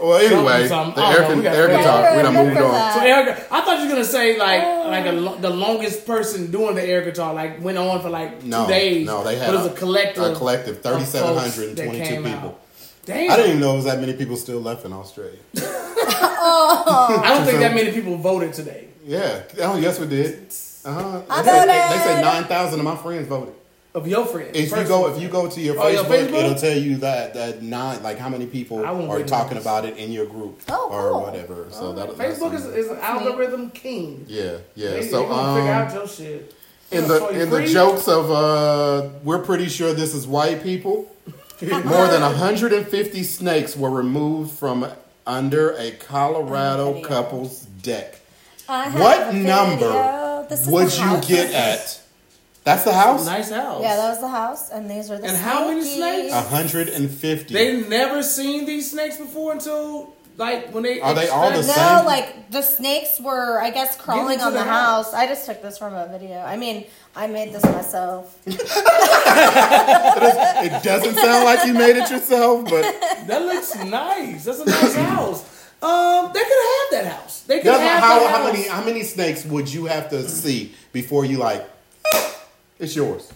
Well, anyway,
something.
the
I don't know. We
air, con-
got-
air
we got-
guitar. We done
Remember
moved on.
that.
So air, gu- I thought you were gonna say like like a, lo- the longest person doing the air guitar like went on for like two
No,
days.
no, they had
but it was
a-
a collective,
a collective,
of folks
3,722
that came
people.
out. Damn,
I didn't even know it was that many people still left in Australia.
I don't think that many people voted today.
Yeah. Oh, yes, we did. Uh-huh.
I
They said,
voted.
they said 9,000 of my friends voted.
Of your friends,
If you
First
go,
of
if you go to your
Oh, your
Facebook,
Facebook?
it'll tell you that that nine, like how many people
I won't
are
read
talking
those.
about it in your group
Oh,
or
cool.
whatever. So that
all, Facebook is, is an algorithm king.
yeah, yeah.
They,
so
they gonna figure
um,
out your shit. They
in
gonna
the
show you
in the
free.
jokes of uh, we're pretty sure this is white people. More than 150 snakes were removed from under a Colorado
Video.
couple's deck.
I have a
What
video.
number
This is
would
the
you
house.
get at? That's the house.
nice house.
Yeah, that was the house, and these are the
And how many
Uh,
sneakies.
snakes?
hundred and fifty.
they never seen these snakes before until
like when they
Are they all the
expect-
No,
same?
like the snakes were, I guess, crawling
into
on the,
the
house. I just took this from a video. I mean, I made this myself.
It doesn't sound like you made it yourself, but
That looks nice. That's a nice house. Um, they could have that house. They could
that's
have
how,
that
how
house.
many how many snakes would you have to see before you like "Ah, it's yours?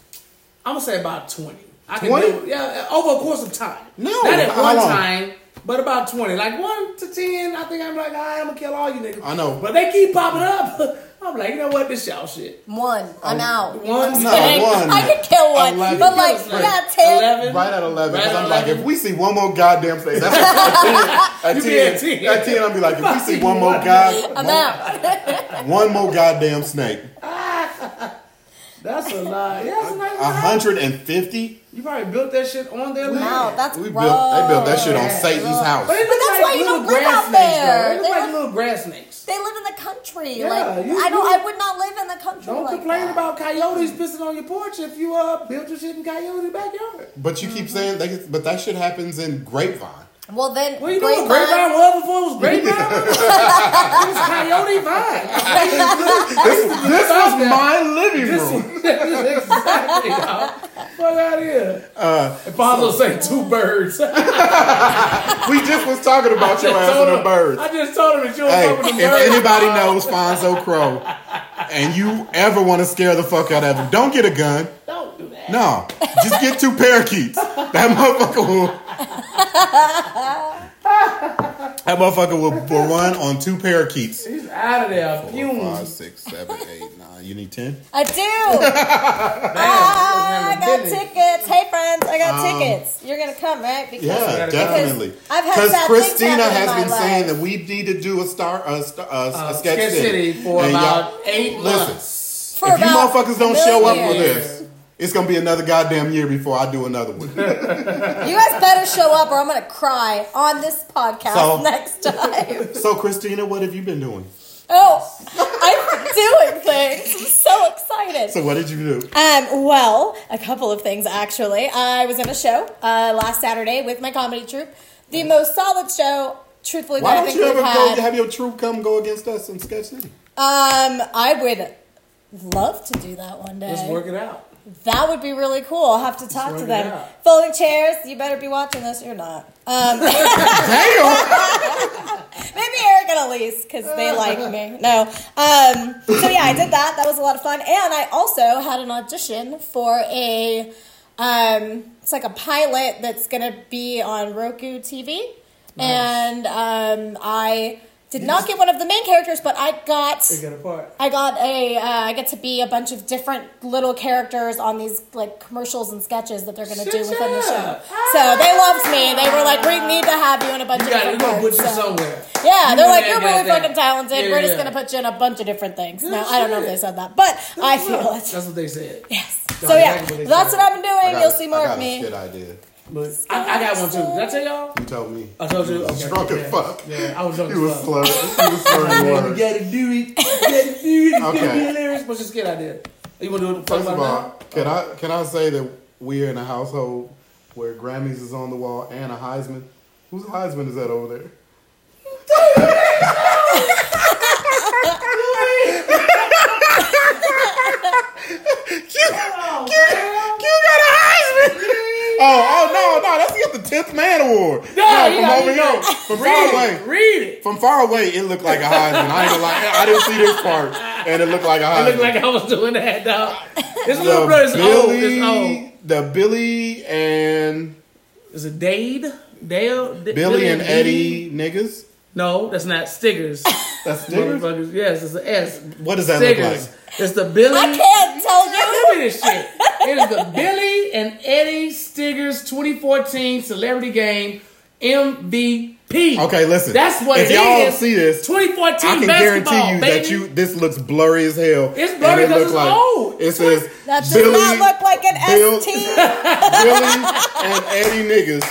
I'm gonna say about twenty. I can
20?
do it. yeah, over a course of time.
No,
not at
how
one
long?
time, but about twenty. Like one to ten, I think I'm like, all right, I'm gonna kill all you niggas.
I know.
but they keep popping up. I'm like, you know what? This y'all shit.
One.
Oh.
I'm out.
One,
I'm
No,
kidding.
one.
I could kill one,
Eleven.
but like,
Like,
yeah, ten.
eleven.
Right at eleven,
Right
because
at
I'm like,
11.
if we see one more goddamn snake, that's at ten,
You be
at
at
ten,
10.
at ten, I'll be like, if we see one more
Fucking
god,
I'm out.
one more goddamn snake,
That's a lot. Yeah, that's a nice little house.
hundred and fifty.
You probably built that shit on their land.
Wow, that's
We built, they
gross.
built that shit on
Yeah.
Satan's house.
But, it
But
look
that's
like
why you
little
don't live
grass
out
snakes, though.
there.
It
They
look like
don't-
little grass snakes.
They live in the country.
Yeah,
like
you-
I don't.
you-
I would not live in the country.
Don't
like
complain
that.
about coyotes pissing on your porch if you uh built your shit in coyote backyard.
But you keep saying, they, but that shit happens in Grapevine.
Well, then
Well, you know what
grapevine.
grapevine was before it was grapevine. it was coyote vine.
This was my living room.
exactly. dog. Fuck out of here.
Uh,
And Fonzo say two birds. I
we just was talking about your
just
ass
told
and the
him-
birds.
I just told him that you was
Hey,
fucking with
if
the birds.
anybody knows Fonzo Crow and you ever want to scare the fuck out of him, don't get a gun.
Don't do that.
No, just get two parakeets. That motherfucker will. That motherfucker will, will run on two parakeets.
He's out of there.
Five,
Fumes.
six, seven, eight, nine. You need ten.
I do. Ah, I got tickets. Hey, friends, I got tickets. You're gonna come, right? Because
Um, Yeah,
Because
definitely.
I've had
Because
sad things
Christina
happen in
has
my
been
life.
saying that we need to do a star, a, star, a, a
Uh,
sketch,
Sketch City for
And y'all-
about eight
Listen.
months.
For
if you
about
motherfuckers
a
don't
million
show up for
years.
this, it's gonna be another goddamn year before I do another one.
you guys better show up, or I'm gonna cry on this podcast
So-
next time.
so, Christina, what have you been doing?
oh, I'm doing things. I'm so excited.
So, what did you do?
Um, well, a couple of things actually. I was in a show uh, last Saturday with my comedy troupe. The most solid show, truthfully,
Why
that I
don't
think
you
we've
ever
had.
go have your troop come go against us in Sketch City?
Um, I would love to do that one day.
Let's work it out.
That would be really cool. I'll have to talk to
work it
them.
out.
Folding chairs. You better be watching this. You're not. Um, maybe Eric and Elise because they like me. No. Um, so yeah, I did that. That was a lot of fun. And I also had an audition for a. Um, it's like a pilot that's gonna be on Roku TV, and um, I did not get one of the main characters, but I got.
Take it apart.
I got a, uh, I get to be a bunch of different little characters on these like commercials and sketches that they're gonna do
Shut
within the show.
up.
So they loved me. They were like, we need to have you in a bunch
You
of
got
different
to go put
parts.
you
So-
somewhere.
yeah, they're
You know
like,
that
you're really
goddamn-
fucking talented.
Yeah,
We're just
yeah.
gonna put you in a bunch of different things.
Good
now I don't know if
shit.
they said that, but I feel it.
That's what they said.
Yes.
That's
So yeah,
exactly what they
that's
said.
what I've been
I
doing.
got-
You'll see more
I got
of
a
me.
Skit idea.
But I, I got one too. Did I tell y'all?
You told me.
I told you. Okay.
Drunk as
yeah.
fuck.
Yeah, I was drunk
You was
as fuck.
slurring. You was slurring
You
words.
gotta do it. You gotta do it. It's gonna
Okay.
be hilarious. What's your skit idea? You wanna do it
First
talk
of
about Oh. it
all, can I can I say that we're in a household where Grammys is on the wall and a Heisman? Whose Heisman is that over there?
now? Oh,
You got a Heisman! oh, oh no, no, that's get the tenth man award. No,
you
from
got-
over
you
here,
got-
from far
man.
away.
Read it.
From far away, it looked like a Heisman. I ain't gonna lie, I didn't see this part, and it looked like a
I
Heisman.
looked like I was doing that, dog. This little brother's
the
old. It's old.
Billy, the Billy and
Is it Dade? Dale? D-
Billy and
Dee?
Eddie niggas.
No, that's not Stiggers.
That's different.
Motherfuckers. Yes, it's an S.
What does that look
Stiggers.
like?
It's the Billy.
I can't tell
Look at
you.
this shit. It is the Billy and Eddie Stiggers 2014 Celebrity Game MVP.
Okay, listen.
That's what
if
it
y'all
is.
see this,
2014
I can guarantee
basketball,
you
baby.
that you this looks blurry as hell.
It's
and
blurry
it
'cause
look
it's
like,
old.
It says
That does
Billy,
not look like an
Bill-
ST.
Billy and Eddie niggas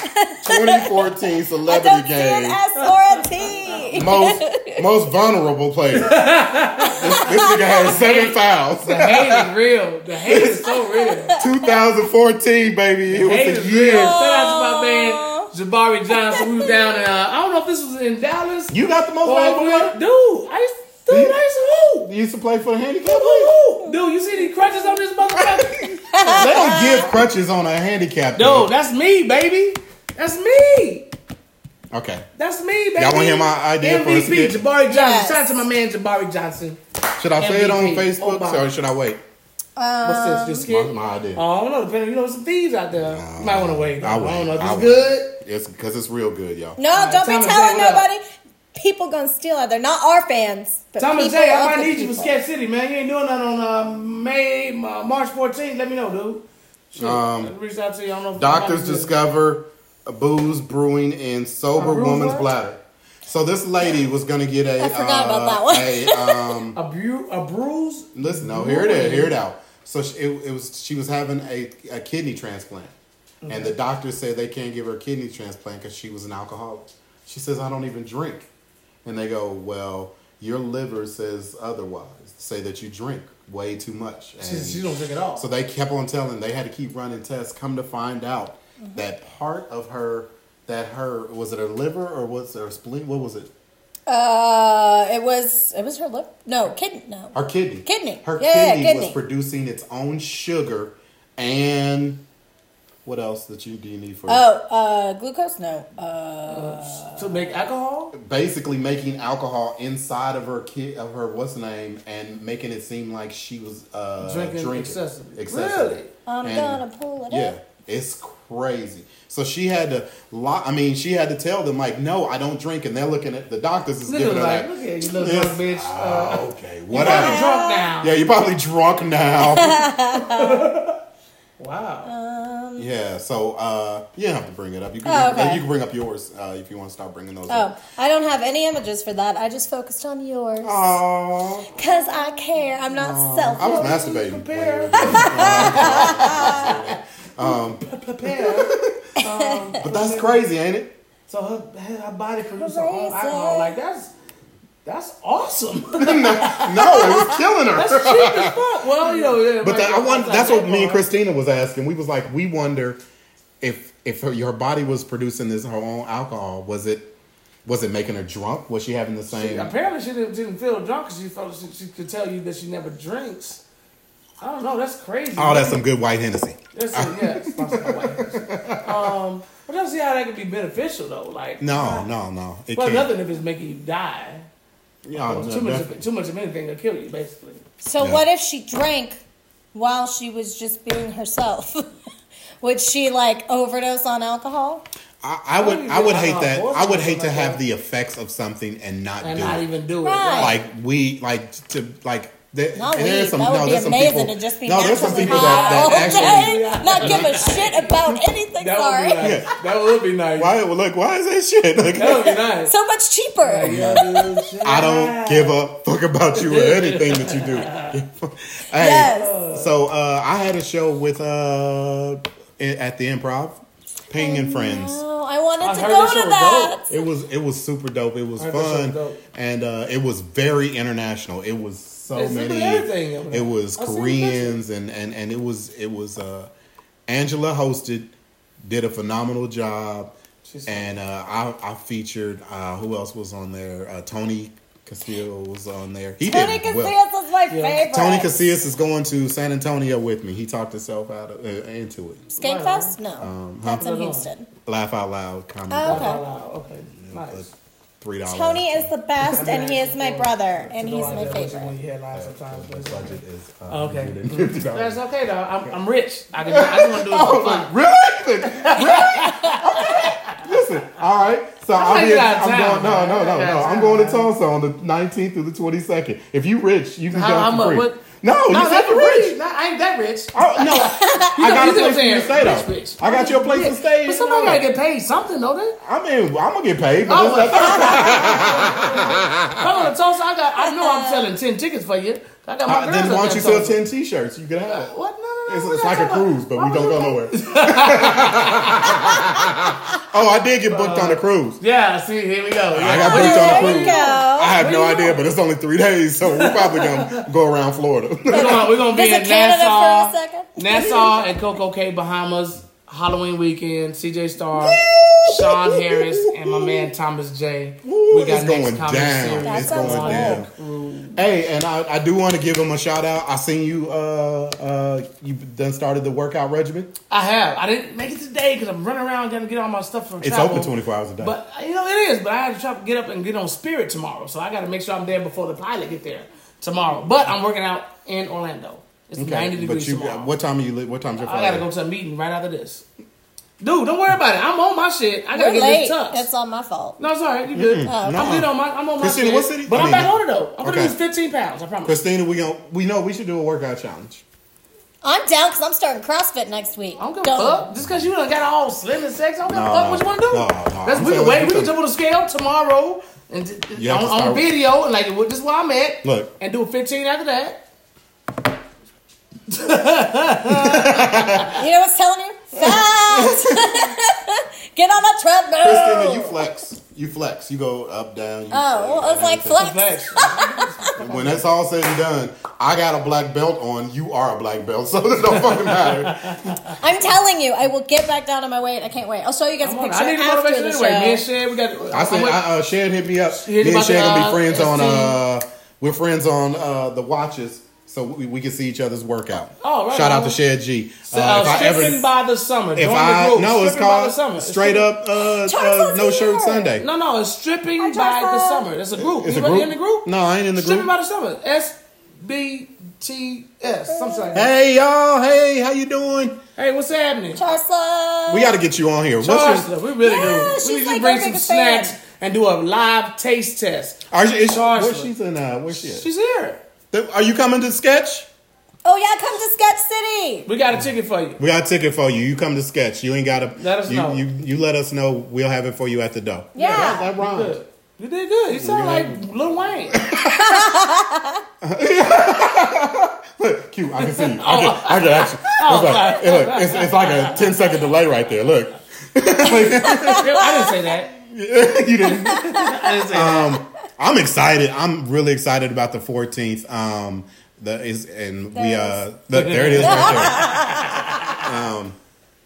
2014
I
celebrity
don't see an
game.
S or a T.
Most most vulnerable player. this, this nigga had seven fouls.
The hate is real. The hate is so real.
2014, baby. It
Hate
was
is
a
real.
year.
Shout out to my man Jabari Johnson. We was down in uh, I don't know if this was in Dallas.
You got the most
or
valuable
where-
player?
dude, I used, dude, I used to hoop.
You used to play for the handicap
Woo,
league?
woo, woo. Dude, you see these crutches on this motherfucker?
They don't give crutches on a handicap.
Dude,
league.
that's me, baby. That's me.
Okay.
That's me, baby.
Y'all wanna hear my idea for a
MVP,
skit?
Jabari Johnson.
Yes.
Shout out to my man Jabari Johnson.
Should I say it on
MVP,
Facebook
Obama.
or should I wait?
What's
Um,
this? Your
My,
skit?
my idea.
Oh, I don't know. Depending, you know, some thieves out there. you might want to wait.
I'll
I don't know if
wait.
it's
I'll
good.
It's because it's real good, y'all.
No, don't
Thomas
be
J,
telling
what up?
nobody. People gonna steal out there. Not our fans, but
Thomas
people
J,
of
I
the
might need you for
people.
Sketch City, man. You ain't doing that on uh, May, uh, March 14th. Let me know, dude. Shit,
Um,
I reached out to you. I don't know if
Doctors
somebody did.
discover booze brewing in sober
A bruise
woman's
what?
bladder. So this lady was gonna get a.
I forgot
uh,
about that one.
a, um,
a, bru- a bruise.
listen, no, hear it out, hear it out. So she, it, it was she was having a, a kidney transplant, and the doctor said they can't give her a kidney transplant because she was an alcoholic. She says I don't even drink, and they go, well, your liver says otherwise. Say that you drink way too much.
She,
And-
she don't drink at all.
so they kept on telling they had to keep running tests. Come to find out
Mm-hmm.
that part of her that her was it her liver or was it her spleen? What was it?
Uh, it was it was her lip. No, kidney. No,
Her kidney.
Kidney.
Her
Yeah, yeah,
kidney,
kidney.
was producing its own sugar and what else that you do you need for
Oh, uh, glucose? No. Uh,
to make alcohol?
basically making alcohol inside of her kid of her what's name and making it seem like she was uh
Drinking
drinking,
excessively.
excessively.
Really?
I'm
And-
gonna pull it
yeah
up.
it's crazy so she had to lo- i mean she had to tell them like no i don't drink and they're looking at the doctors is
Nigga
giving her
like,
like
look at you, little
Yes.
drunk bitch. Uh,
"Oh, okay
you probably
whatever
drunk now.
yeah you're probably drunk now
Wow.
yeah so uh you don't have to bring it up you can,
Oh,
bring, uh,
okay.
you can bring up yours uh, if you want to start bringing those
Oh,
up
I don't have any images for that. I just focused on yours.
Oh.
Aww.
Cause I care. I'm not
Oh.
selfish.
I was masturbating.
Prepare.
when you were- Um,
Prepare.
But that's crazy, ain't it?
so her, her, her body produces her own alcohol. Like, that's, that's awesome.
No, it was killing
that's
her.
cheap as fuck. Well, you know, yeah,
But
right,
that, I want,
outside
that's what me and
alcohol.
Christina was asking. We was like, we wonder if if her, your body was producing this her own alcohol, was it was it making her drunk? Was she having the
She-
same?
apparently, she didn't, didn't feel drunk because she felt she, she could tell you that she never drinks. I don't know. That's crazy.
Oh, that's some good white Hennessy.
That's a, yeah. it's sponsored by White House. um, but I don't see how that could be beneficial though. Like
No, no, no. It
well,
can't.
nothing if it's making you die.
Yeah,
Well,
no,
too much,
definitely.
of, too much of anything will kill you, basically.
So
Yeah.
what if she drank while she was just being herself? Would she like overdose on alcohol?
I, I would,
even
I would
get
hate
alcohol
that.
or
I would
something
hate to
like
have
that.
the effects of something and not
And
do
not
it.
even do it.
Right.
like we like to like there,
Not
and there
weed.
is some
that would
no
be
there's some
amazing
people
to just be
no there's some
naturally
people
high
that, that
all
actually
day, not give a shit about anything.
That
sorry,
would be nice. That would be nice.
why well, look why is that shit
That
like,
would be nice.
so much cheaper.
Oh,
I don't give a fuck about you or anything that you do hey
Yes.
so uh, I had a show with uh i- at the improv Ping and Friends
No, Oh, I wanted
I
to
heard
go
that shit
to
was
that.
it was it was super dope it was
heard that shit was
fun
dope.
and uh, it was very international it was so
It's
many
everything over there.
it was
I seen the
koreans and, and and it was it was uh angela hosted did a phenomenal job
She's-
and uh i i featured uh who else was on there uh tony castillo was on there he
Tony
did
Casillas
well.
is my favorite.
tony casillas is going to san antonio with me he talked himself out of, uh, into it
Skankfest? No,
Um, huh?
that's in Houston.
laugh out loud comedy
Oh,
club,
okay.
Wow, okay, nice.
three dollars
Tony is the best, and he is my brother, and
To go
he's
out
my
there with you
favorite.
When you headline sometimes, but it's like-
budget is uh,
Okay.
$150.
That's okay though. I'm, I'm rich. I can. I just want to do it for fun.
Really? Really? Okay. Listen, all right. So I'll
like
be.
you out of
I'm
town,
going. No,
man.
no, no,
You're out
no.
of
I'm
town,
going to
man.
Tulsa on the 19th through the 22nd. If you rich, you can
How-
go
how
for
much-
free.
what?
No,
No,
you said
that's
you're
rich.
rich.
No, I ain't that rich.
Oh no, I
know-
got
you
a
know what I'm
place for you to
saying.
stay
Rich,
though.
rich.
I got you a place to stay.
But
and
somebody
all
gotta
that.
get paid something, don't they?
I mean, I'm gonna get paid. But
Oh,
that's- that's-
Come on, Tulsa. I got. I know
Uh-huh.
I'm selling ten tickets for you. I got my
Uh-huh. Uh,
girls
then why
up
don't
there,
you sell
Tulsa.
ten T-shirts? You can have it.
What? No, no, no.
It's,
we're
it's
not
like a
talking about-
cruise, but we
why would
don't
you
go
pay-
nowhere. oh, I did get
Uh,
booked on a cruise.
Yeah. See, here we go.
I
Yeah.
got
Oh,
booked
there
on a
you
cruise.
go.
I have no
Where you
idea, but it's only three days, so we're probably gonna go around Florida.
We're gonna, we're gonna be
Visit
in
Canada
Nassau,
for a second.
Nassau and Coco Cay, Bahamas, Halloween weekend. CJ Star, Sean Harris and my man Thomas J. We
It's
got next
going
comic
down.
series.
That
it's
sounds
going
cool.
down. Hey, and I, I do want to give him a shout out. I seen you. Uh, uh, you done started the workout regimen.
I have. I didn't make it today because I'm running around going to get all my stuff from
It's
travel.
open 24 hours a day.
But you know it is. But I have to try to get up and get on Spirit tomorrow, so I got to make sure I'm there before the pilot get there tomorrow. But I'm working out in Orlando. It's 90 degrees
but you,
tomorrow.
what time are you? li- What time's your
I
flight?
gotta go to a meeting right after this. Dude, don't worry about it. I'm on my shit. I gotta
We're
get
late.
this tux.
That's all Oh, my fault.
no, it's all right. You good? I'm
no.
good on my. I'm on my
Christina,
shit.
what city?
But
I
I am
mean-
back on it though. I'm gonna
Okay.
lose 15 pounds. I promise.
Christina, we going we know we should do a workout challenge.
I'm down because I'm starting CrossFit next week.
I don't give a
Done.
fuck. Just cause you done got all slim and sexy, I don't give
No,
a fuck
no.
what you wanna do.
No, no.
That's
I'm
we can
telling
wait.
you,
We can
too.
double the scale tomorrow and d- d-
You have
on,
to start
on
with-
video and like this is where I'm at.
Look.
and do 15 after that.
You know what's telling you? Fast! Get on the treadmill!
Christina, you flex. You flex. You go up, down. You
oh, well, it's like flex.
Facts.
When that's all said and done, I got a black belt on. You are a black belt, so it don't fucking matter.
I'm telling you, I will get back down on my weight. I can't wait. I'll show you guys a
Come on,
picture
I need the
after
motivation
the show.
anyway. Me and Shed, we got.
I said,
I'm gonna-
I, uh, Shed hit me up. Me
hit him
and
about
Shed
the,
gonna be
uh,
friends on.
esteem.
Uh, we're friends on uh, the watches, so we, we can see each other's workout.
Oh, right,
Shout out
right.
to Shed G.
So, uh,
if I ever-
stripping by the summer.
If
Join
I
the group.
no, it's
Stripping by the
called
summer.
straight up uh, uh,
Charles
no shirt
Xavier.
Sunday.
No, no, it's stripping
Hi,
by the
Joshua.
summer. That's a group.
It's a
Anybody
group?
in the group?
No, I ain't in the
Stripping
group.
by the summer. S B T S. Something like that.
Hey y'all, hey, how you doing?
Hey, what's happening?
Charla.
We got to get you on here. What's your,
Charlotte, we really
Yeah,
do.
she's
We need
like
to bring
our
some
biggest
snacks
fan.
and do a live taste test.
are you, is,
Charlotte.
where she's in? Uh, where's she? At?
She's here.
Th- Are you coming to sketch?
Oh, yeah, come to Sketch City.
We got a ticket for you.
We got a ticket for you. You come to sketch. You ain't got to.
Let us
you,
know.
You, you let us know. We'll have it for you at the door.
Yeah.
that
You
rhymes.
good. You did good. You sound like Lil Wayne.
Look, cute. I can see you. I can, I can actually. It's like, it- look, it's, it's like a 10 second delay right there. Look,
I didn't say that.
you didn't. Uh,
I didn't say that.
I'm excited. I'm really excited about the 14th. Um, the is and we uh, look, there it is right there.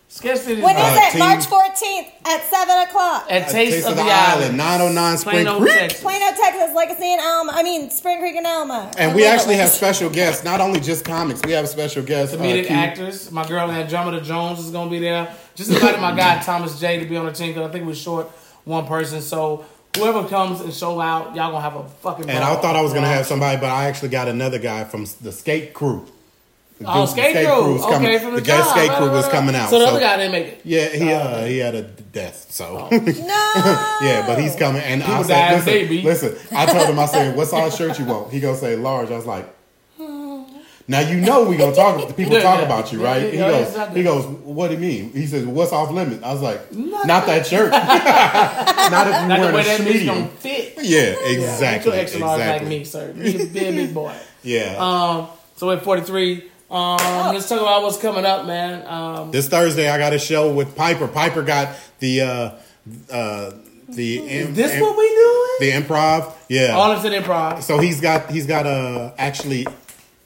Sketch City
When is
Uh,
it?
team-
March 14th at 7 o'clock.
at Taste, of, the, Island.
909 Spring
Plano,
Creek.
Texas.
Plano, Texas, Legacy and Alma. I mean, Spring Creek and Alma. Oh,
And we actually have special guests, not only just comics, we have special guests. uh,
comedic
Q-
actors. My girl Andromeda Jones is gonna be there. Just invited my guy Thomas J to be on the team because I think we're short one person. So whoever comes and show out, y'all gonna have a fucking.
And I thought I was going to have somebody, but I actually got another guy from s- the skate crew. The
Oh,
dude-
skate,
the
crew.
is
Okay,
coming-
from the,
guest
job.
skate
Right,
crew
right,
was
right.
coming out.
So the
so-
other guy Oh. didn't make it.
Yeah, he uh, he had a d- death, so
No.
yeah, but he's coming. And I
People
said,
die,
listen,
baby."
listen, I told him, I said, what size shirt you want? He gonna say large. I was like, now you know we gonna talk. The people
Yeah,
talk
yeah.
about you,
Yeah,
right?
yeah,
He
yeah,
goes,
exactly.
he goes, what do you mean? He says, what's off limit? I was like, not that shirt. not if you
Not the way
wearing a
that bitch gonna
medium.
fit.
Yeah,
Get your
exactly,
extra large like me,
exactly.
sir. You a big, big boy.
Yeah.
Um, so at forty three. Um, let's talk about what's coming up, man. Um,
This Thursday I got a show with Piper. Piper got the uh uh the im-
this
im-
what Oh, we doing?
the improv. Yeah.
All into the improv.
So he's got he's got uh actually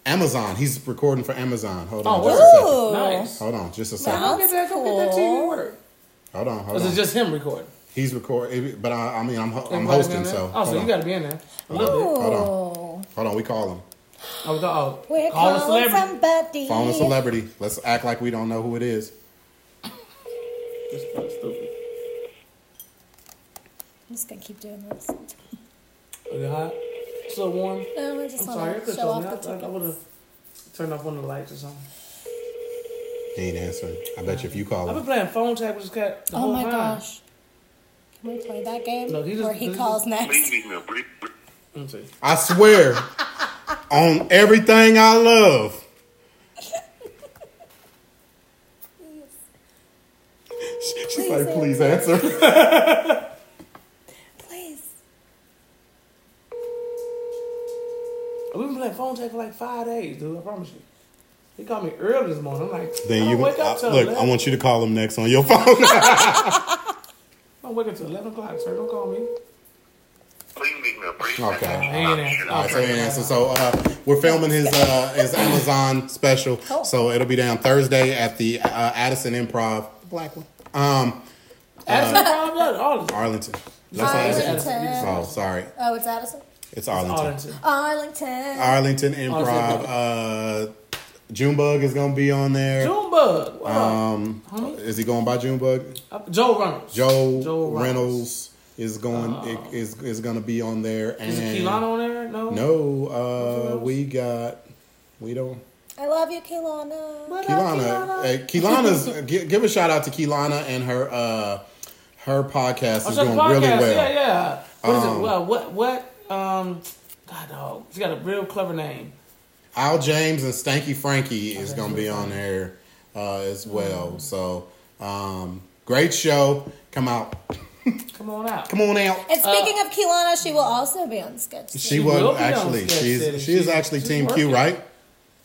Amazon. He's recording for Amazon. Hold on.
Oh,
just a second.
Ooh.
Nice.
Hold on, just a second.
Wow.
Get that, go get that TV work.
Hold on, hold
This
on.
is just him recording.
he's recording, but I, I mean, I'm, ho- I'm
Everybody
hosting,
been there?
so
Oh,
hold,
so
on.
you got to be in there. A little bit.
Ooh.
hold on. We call him.
Oh, we go, oh.
We're
call a
calling
celebrity.
somebody.
Phone a celebrity. Let's act like we don't know who it is.
This is kinda stupid.
I'm just gonna keep doing this.
Is it hot? Still warm?
No, I just
I'm sorry. I
want
could
to
have
show
told me.
off the
I, I would have turned off one of the lights or something.
He ain't answering. I bet you if you call
I've been
him.
playing phone tag with this cat the
Oh
whole
my
time.
gosh. Can we play that game
Look, he just-
where he
this
calls
Please
next?
leave me a brief. brief-
Let me see.
I swear on everything I love. She- She's like, please answer.
Please.
We've been playing phone tag for like five days, dude. I promise you. He called me early this morning. I'm like,
Then
I
you
don't wake up
I,
till
look.
11.
I want you to call him next on your phone.
I don't wake up till 11 o'clock, sir. Don't call me.
Please leave me a brief.
Okay.
Hey, there.
All right, so, yeah, so, so, uh, we're filming his uh, his Amazon special, so it'll be down Thursday at the uh, Addison Improv. The black one. Um,
Addison Prime Blood, all of them.
Arlington. That's not Addison.
Arlington.
Oh, sorry.
Oh, it's Addison.
It's Arlington.
Arlington.
Arlington.
Arlington Improv. Uh, Junebug is gonna be on there.
Junebug. What up?
Um,
Homie?
is he going by Junebug?
Joe Reynolds.
Joe,
Joe
Reynolds.
Reynolds.
is going is is gonna be on there. And
Is it Keelan on there? No.
No, uh, we got we don't.
I love you, Kelowna.
What up,
Kilana,
Keelana?
hey, Kilana's give, give a shout out to Kilana and her uh her podcast
Oh,
is
Shut the
doing really
Podcast,
well.
Yeah, yeah. What is
Um,
it? Well, what what? Um, God, dog. She's got a real clever name.
Al James and Stanky
Oh,
Frankie is going to be on there uh,
Mm.
as well. So, um, great show. Come out.
Come on out.
Come on out.
And
Uh,
speaking of Kelowna, she will also be on Sketch. City.
She,
She will
was
be on
actually,
Sketch City.
she's, she is
She's-
actually
she's
Team Q,
working.
right?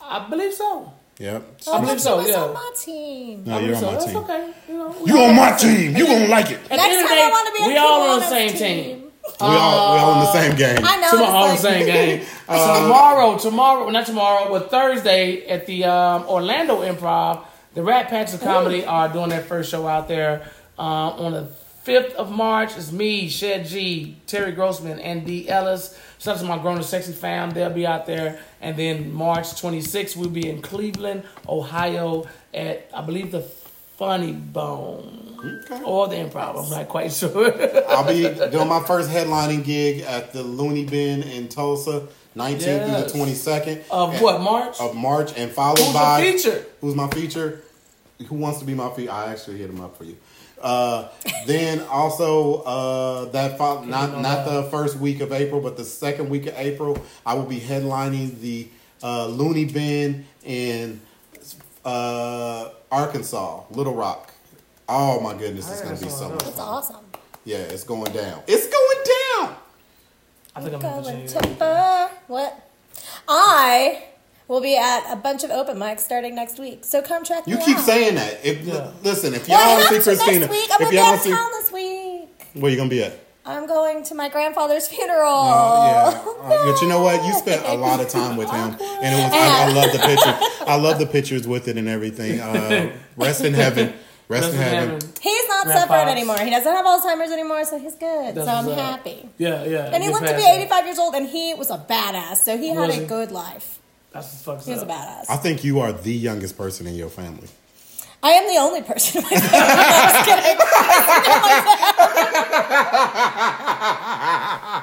I believe so.
Yep.
Oh,
I believe
she
so,
was
yeah.
on my team.
No,
I
you're
believe
on
so.
my
That's
team.
okay. You know, we
You
all-
on my team. You gonna like it.
At the
Next
end
time
of the
I
day,
want to be on
We all on the
Kelowna's
same team.
We all we all in
Uh,
the same game.
I know.
Tomorrow,
it's
all the
like-
same game. tomorrow, tomorrow, not tomorrow, but Thursday at the um, Orlando Improv, the Rat Patch of Comedy are doing their first show out there uh, on the 5th of March. It's me, Shed G, Terry Grossman, and D. Ellis. Shout out to my Grown and Sexy fam. They'll be out there. And then March 26th, we'll be in Cleveland, Ohio at, I believe, the Funny Bone. Or the Improv. I'm not quite sure.
I'll be doing my first headlining gig at the Looney Bin in Tulsa, 19th through the
Yes.
22nd.
Of
And-
what, March?
Of March, and followed
Who's your
by
feature?
Who's my feature? Who wants to be my feature? I actually hit him up for you. Uh, then also uh, that fo- not not the first week of April, but the second week of April, I will be headlining the uh, Looney Bin in uh, Arkansas, Little Rock. Oh my goodness, it's gonna be so much
It's
fun.
awesome.
Yeah, it's going down. It's going down.
I think I'm in
Going
Virginia.
to what? I will be at a bunch of open mics starting next week. So come check
You
me
keep
out.
saying that. If
Yeah.
listen, if y'all
Well, I
don't see
have to
Christina,
next week. I'm
if
going
y'all
downtown
don't see,
this week.
where you gonna be at?
I'm going to my grandfather's funeral.
Oh yeah, Uh, but you know what? You spent a lot of time with him, and it was. I, I love the pictures. I love the pictures with it and everything. Uh, rest in heaven. Rest, in heaven.
He's not
Grandpa's.
suffering anymore. He doesn't have Alzheimer's anymore, so he's good. So
That's
I'm
what's up.
happy.
Yeah, yeah.
And he
get
lived to be
past that.
85 years old, and he was a badass. So he had
Was
a
he?
good life.
That's what's fucked
He was a
up.
badass.
I think you are the youngest person in your family.
I am the only person. in my family. No, I'm just kidding.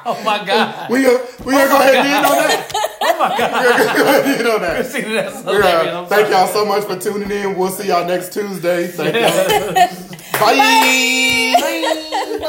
Oh my god.
We go. We gonna go ahead and end on that. Oh my god. We're gonna go ahead and end on that.
See, that's so
We're, uh,
hilarious. I'm
thank
sorry.
y'all so much for tuning in. We'll see y'all next Tuesday. Thank y'all. Bye.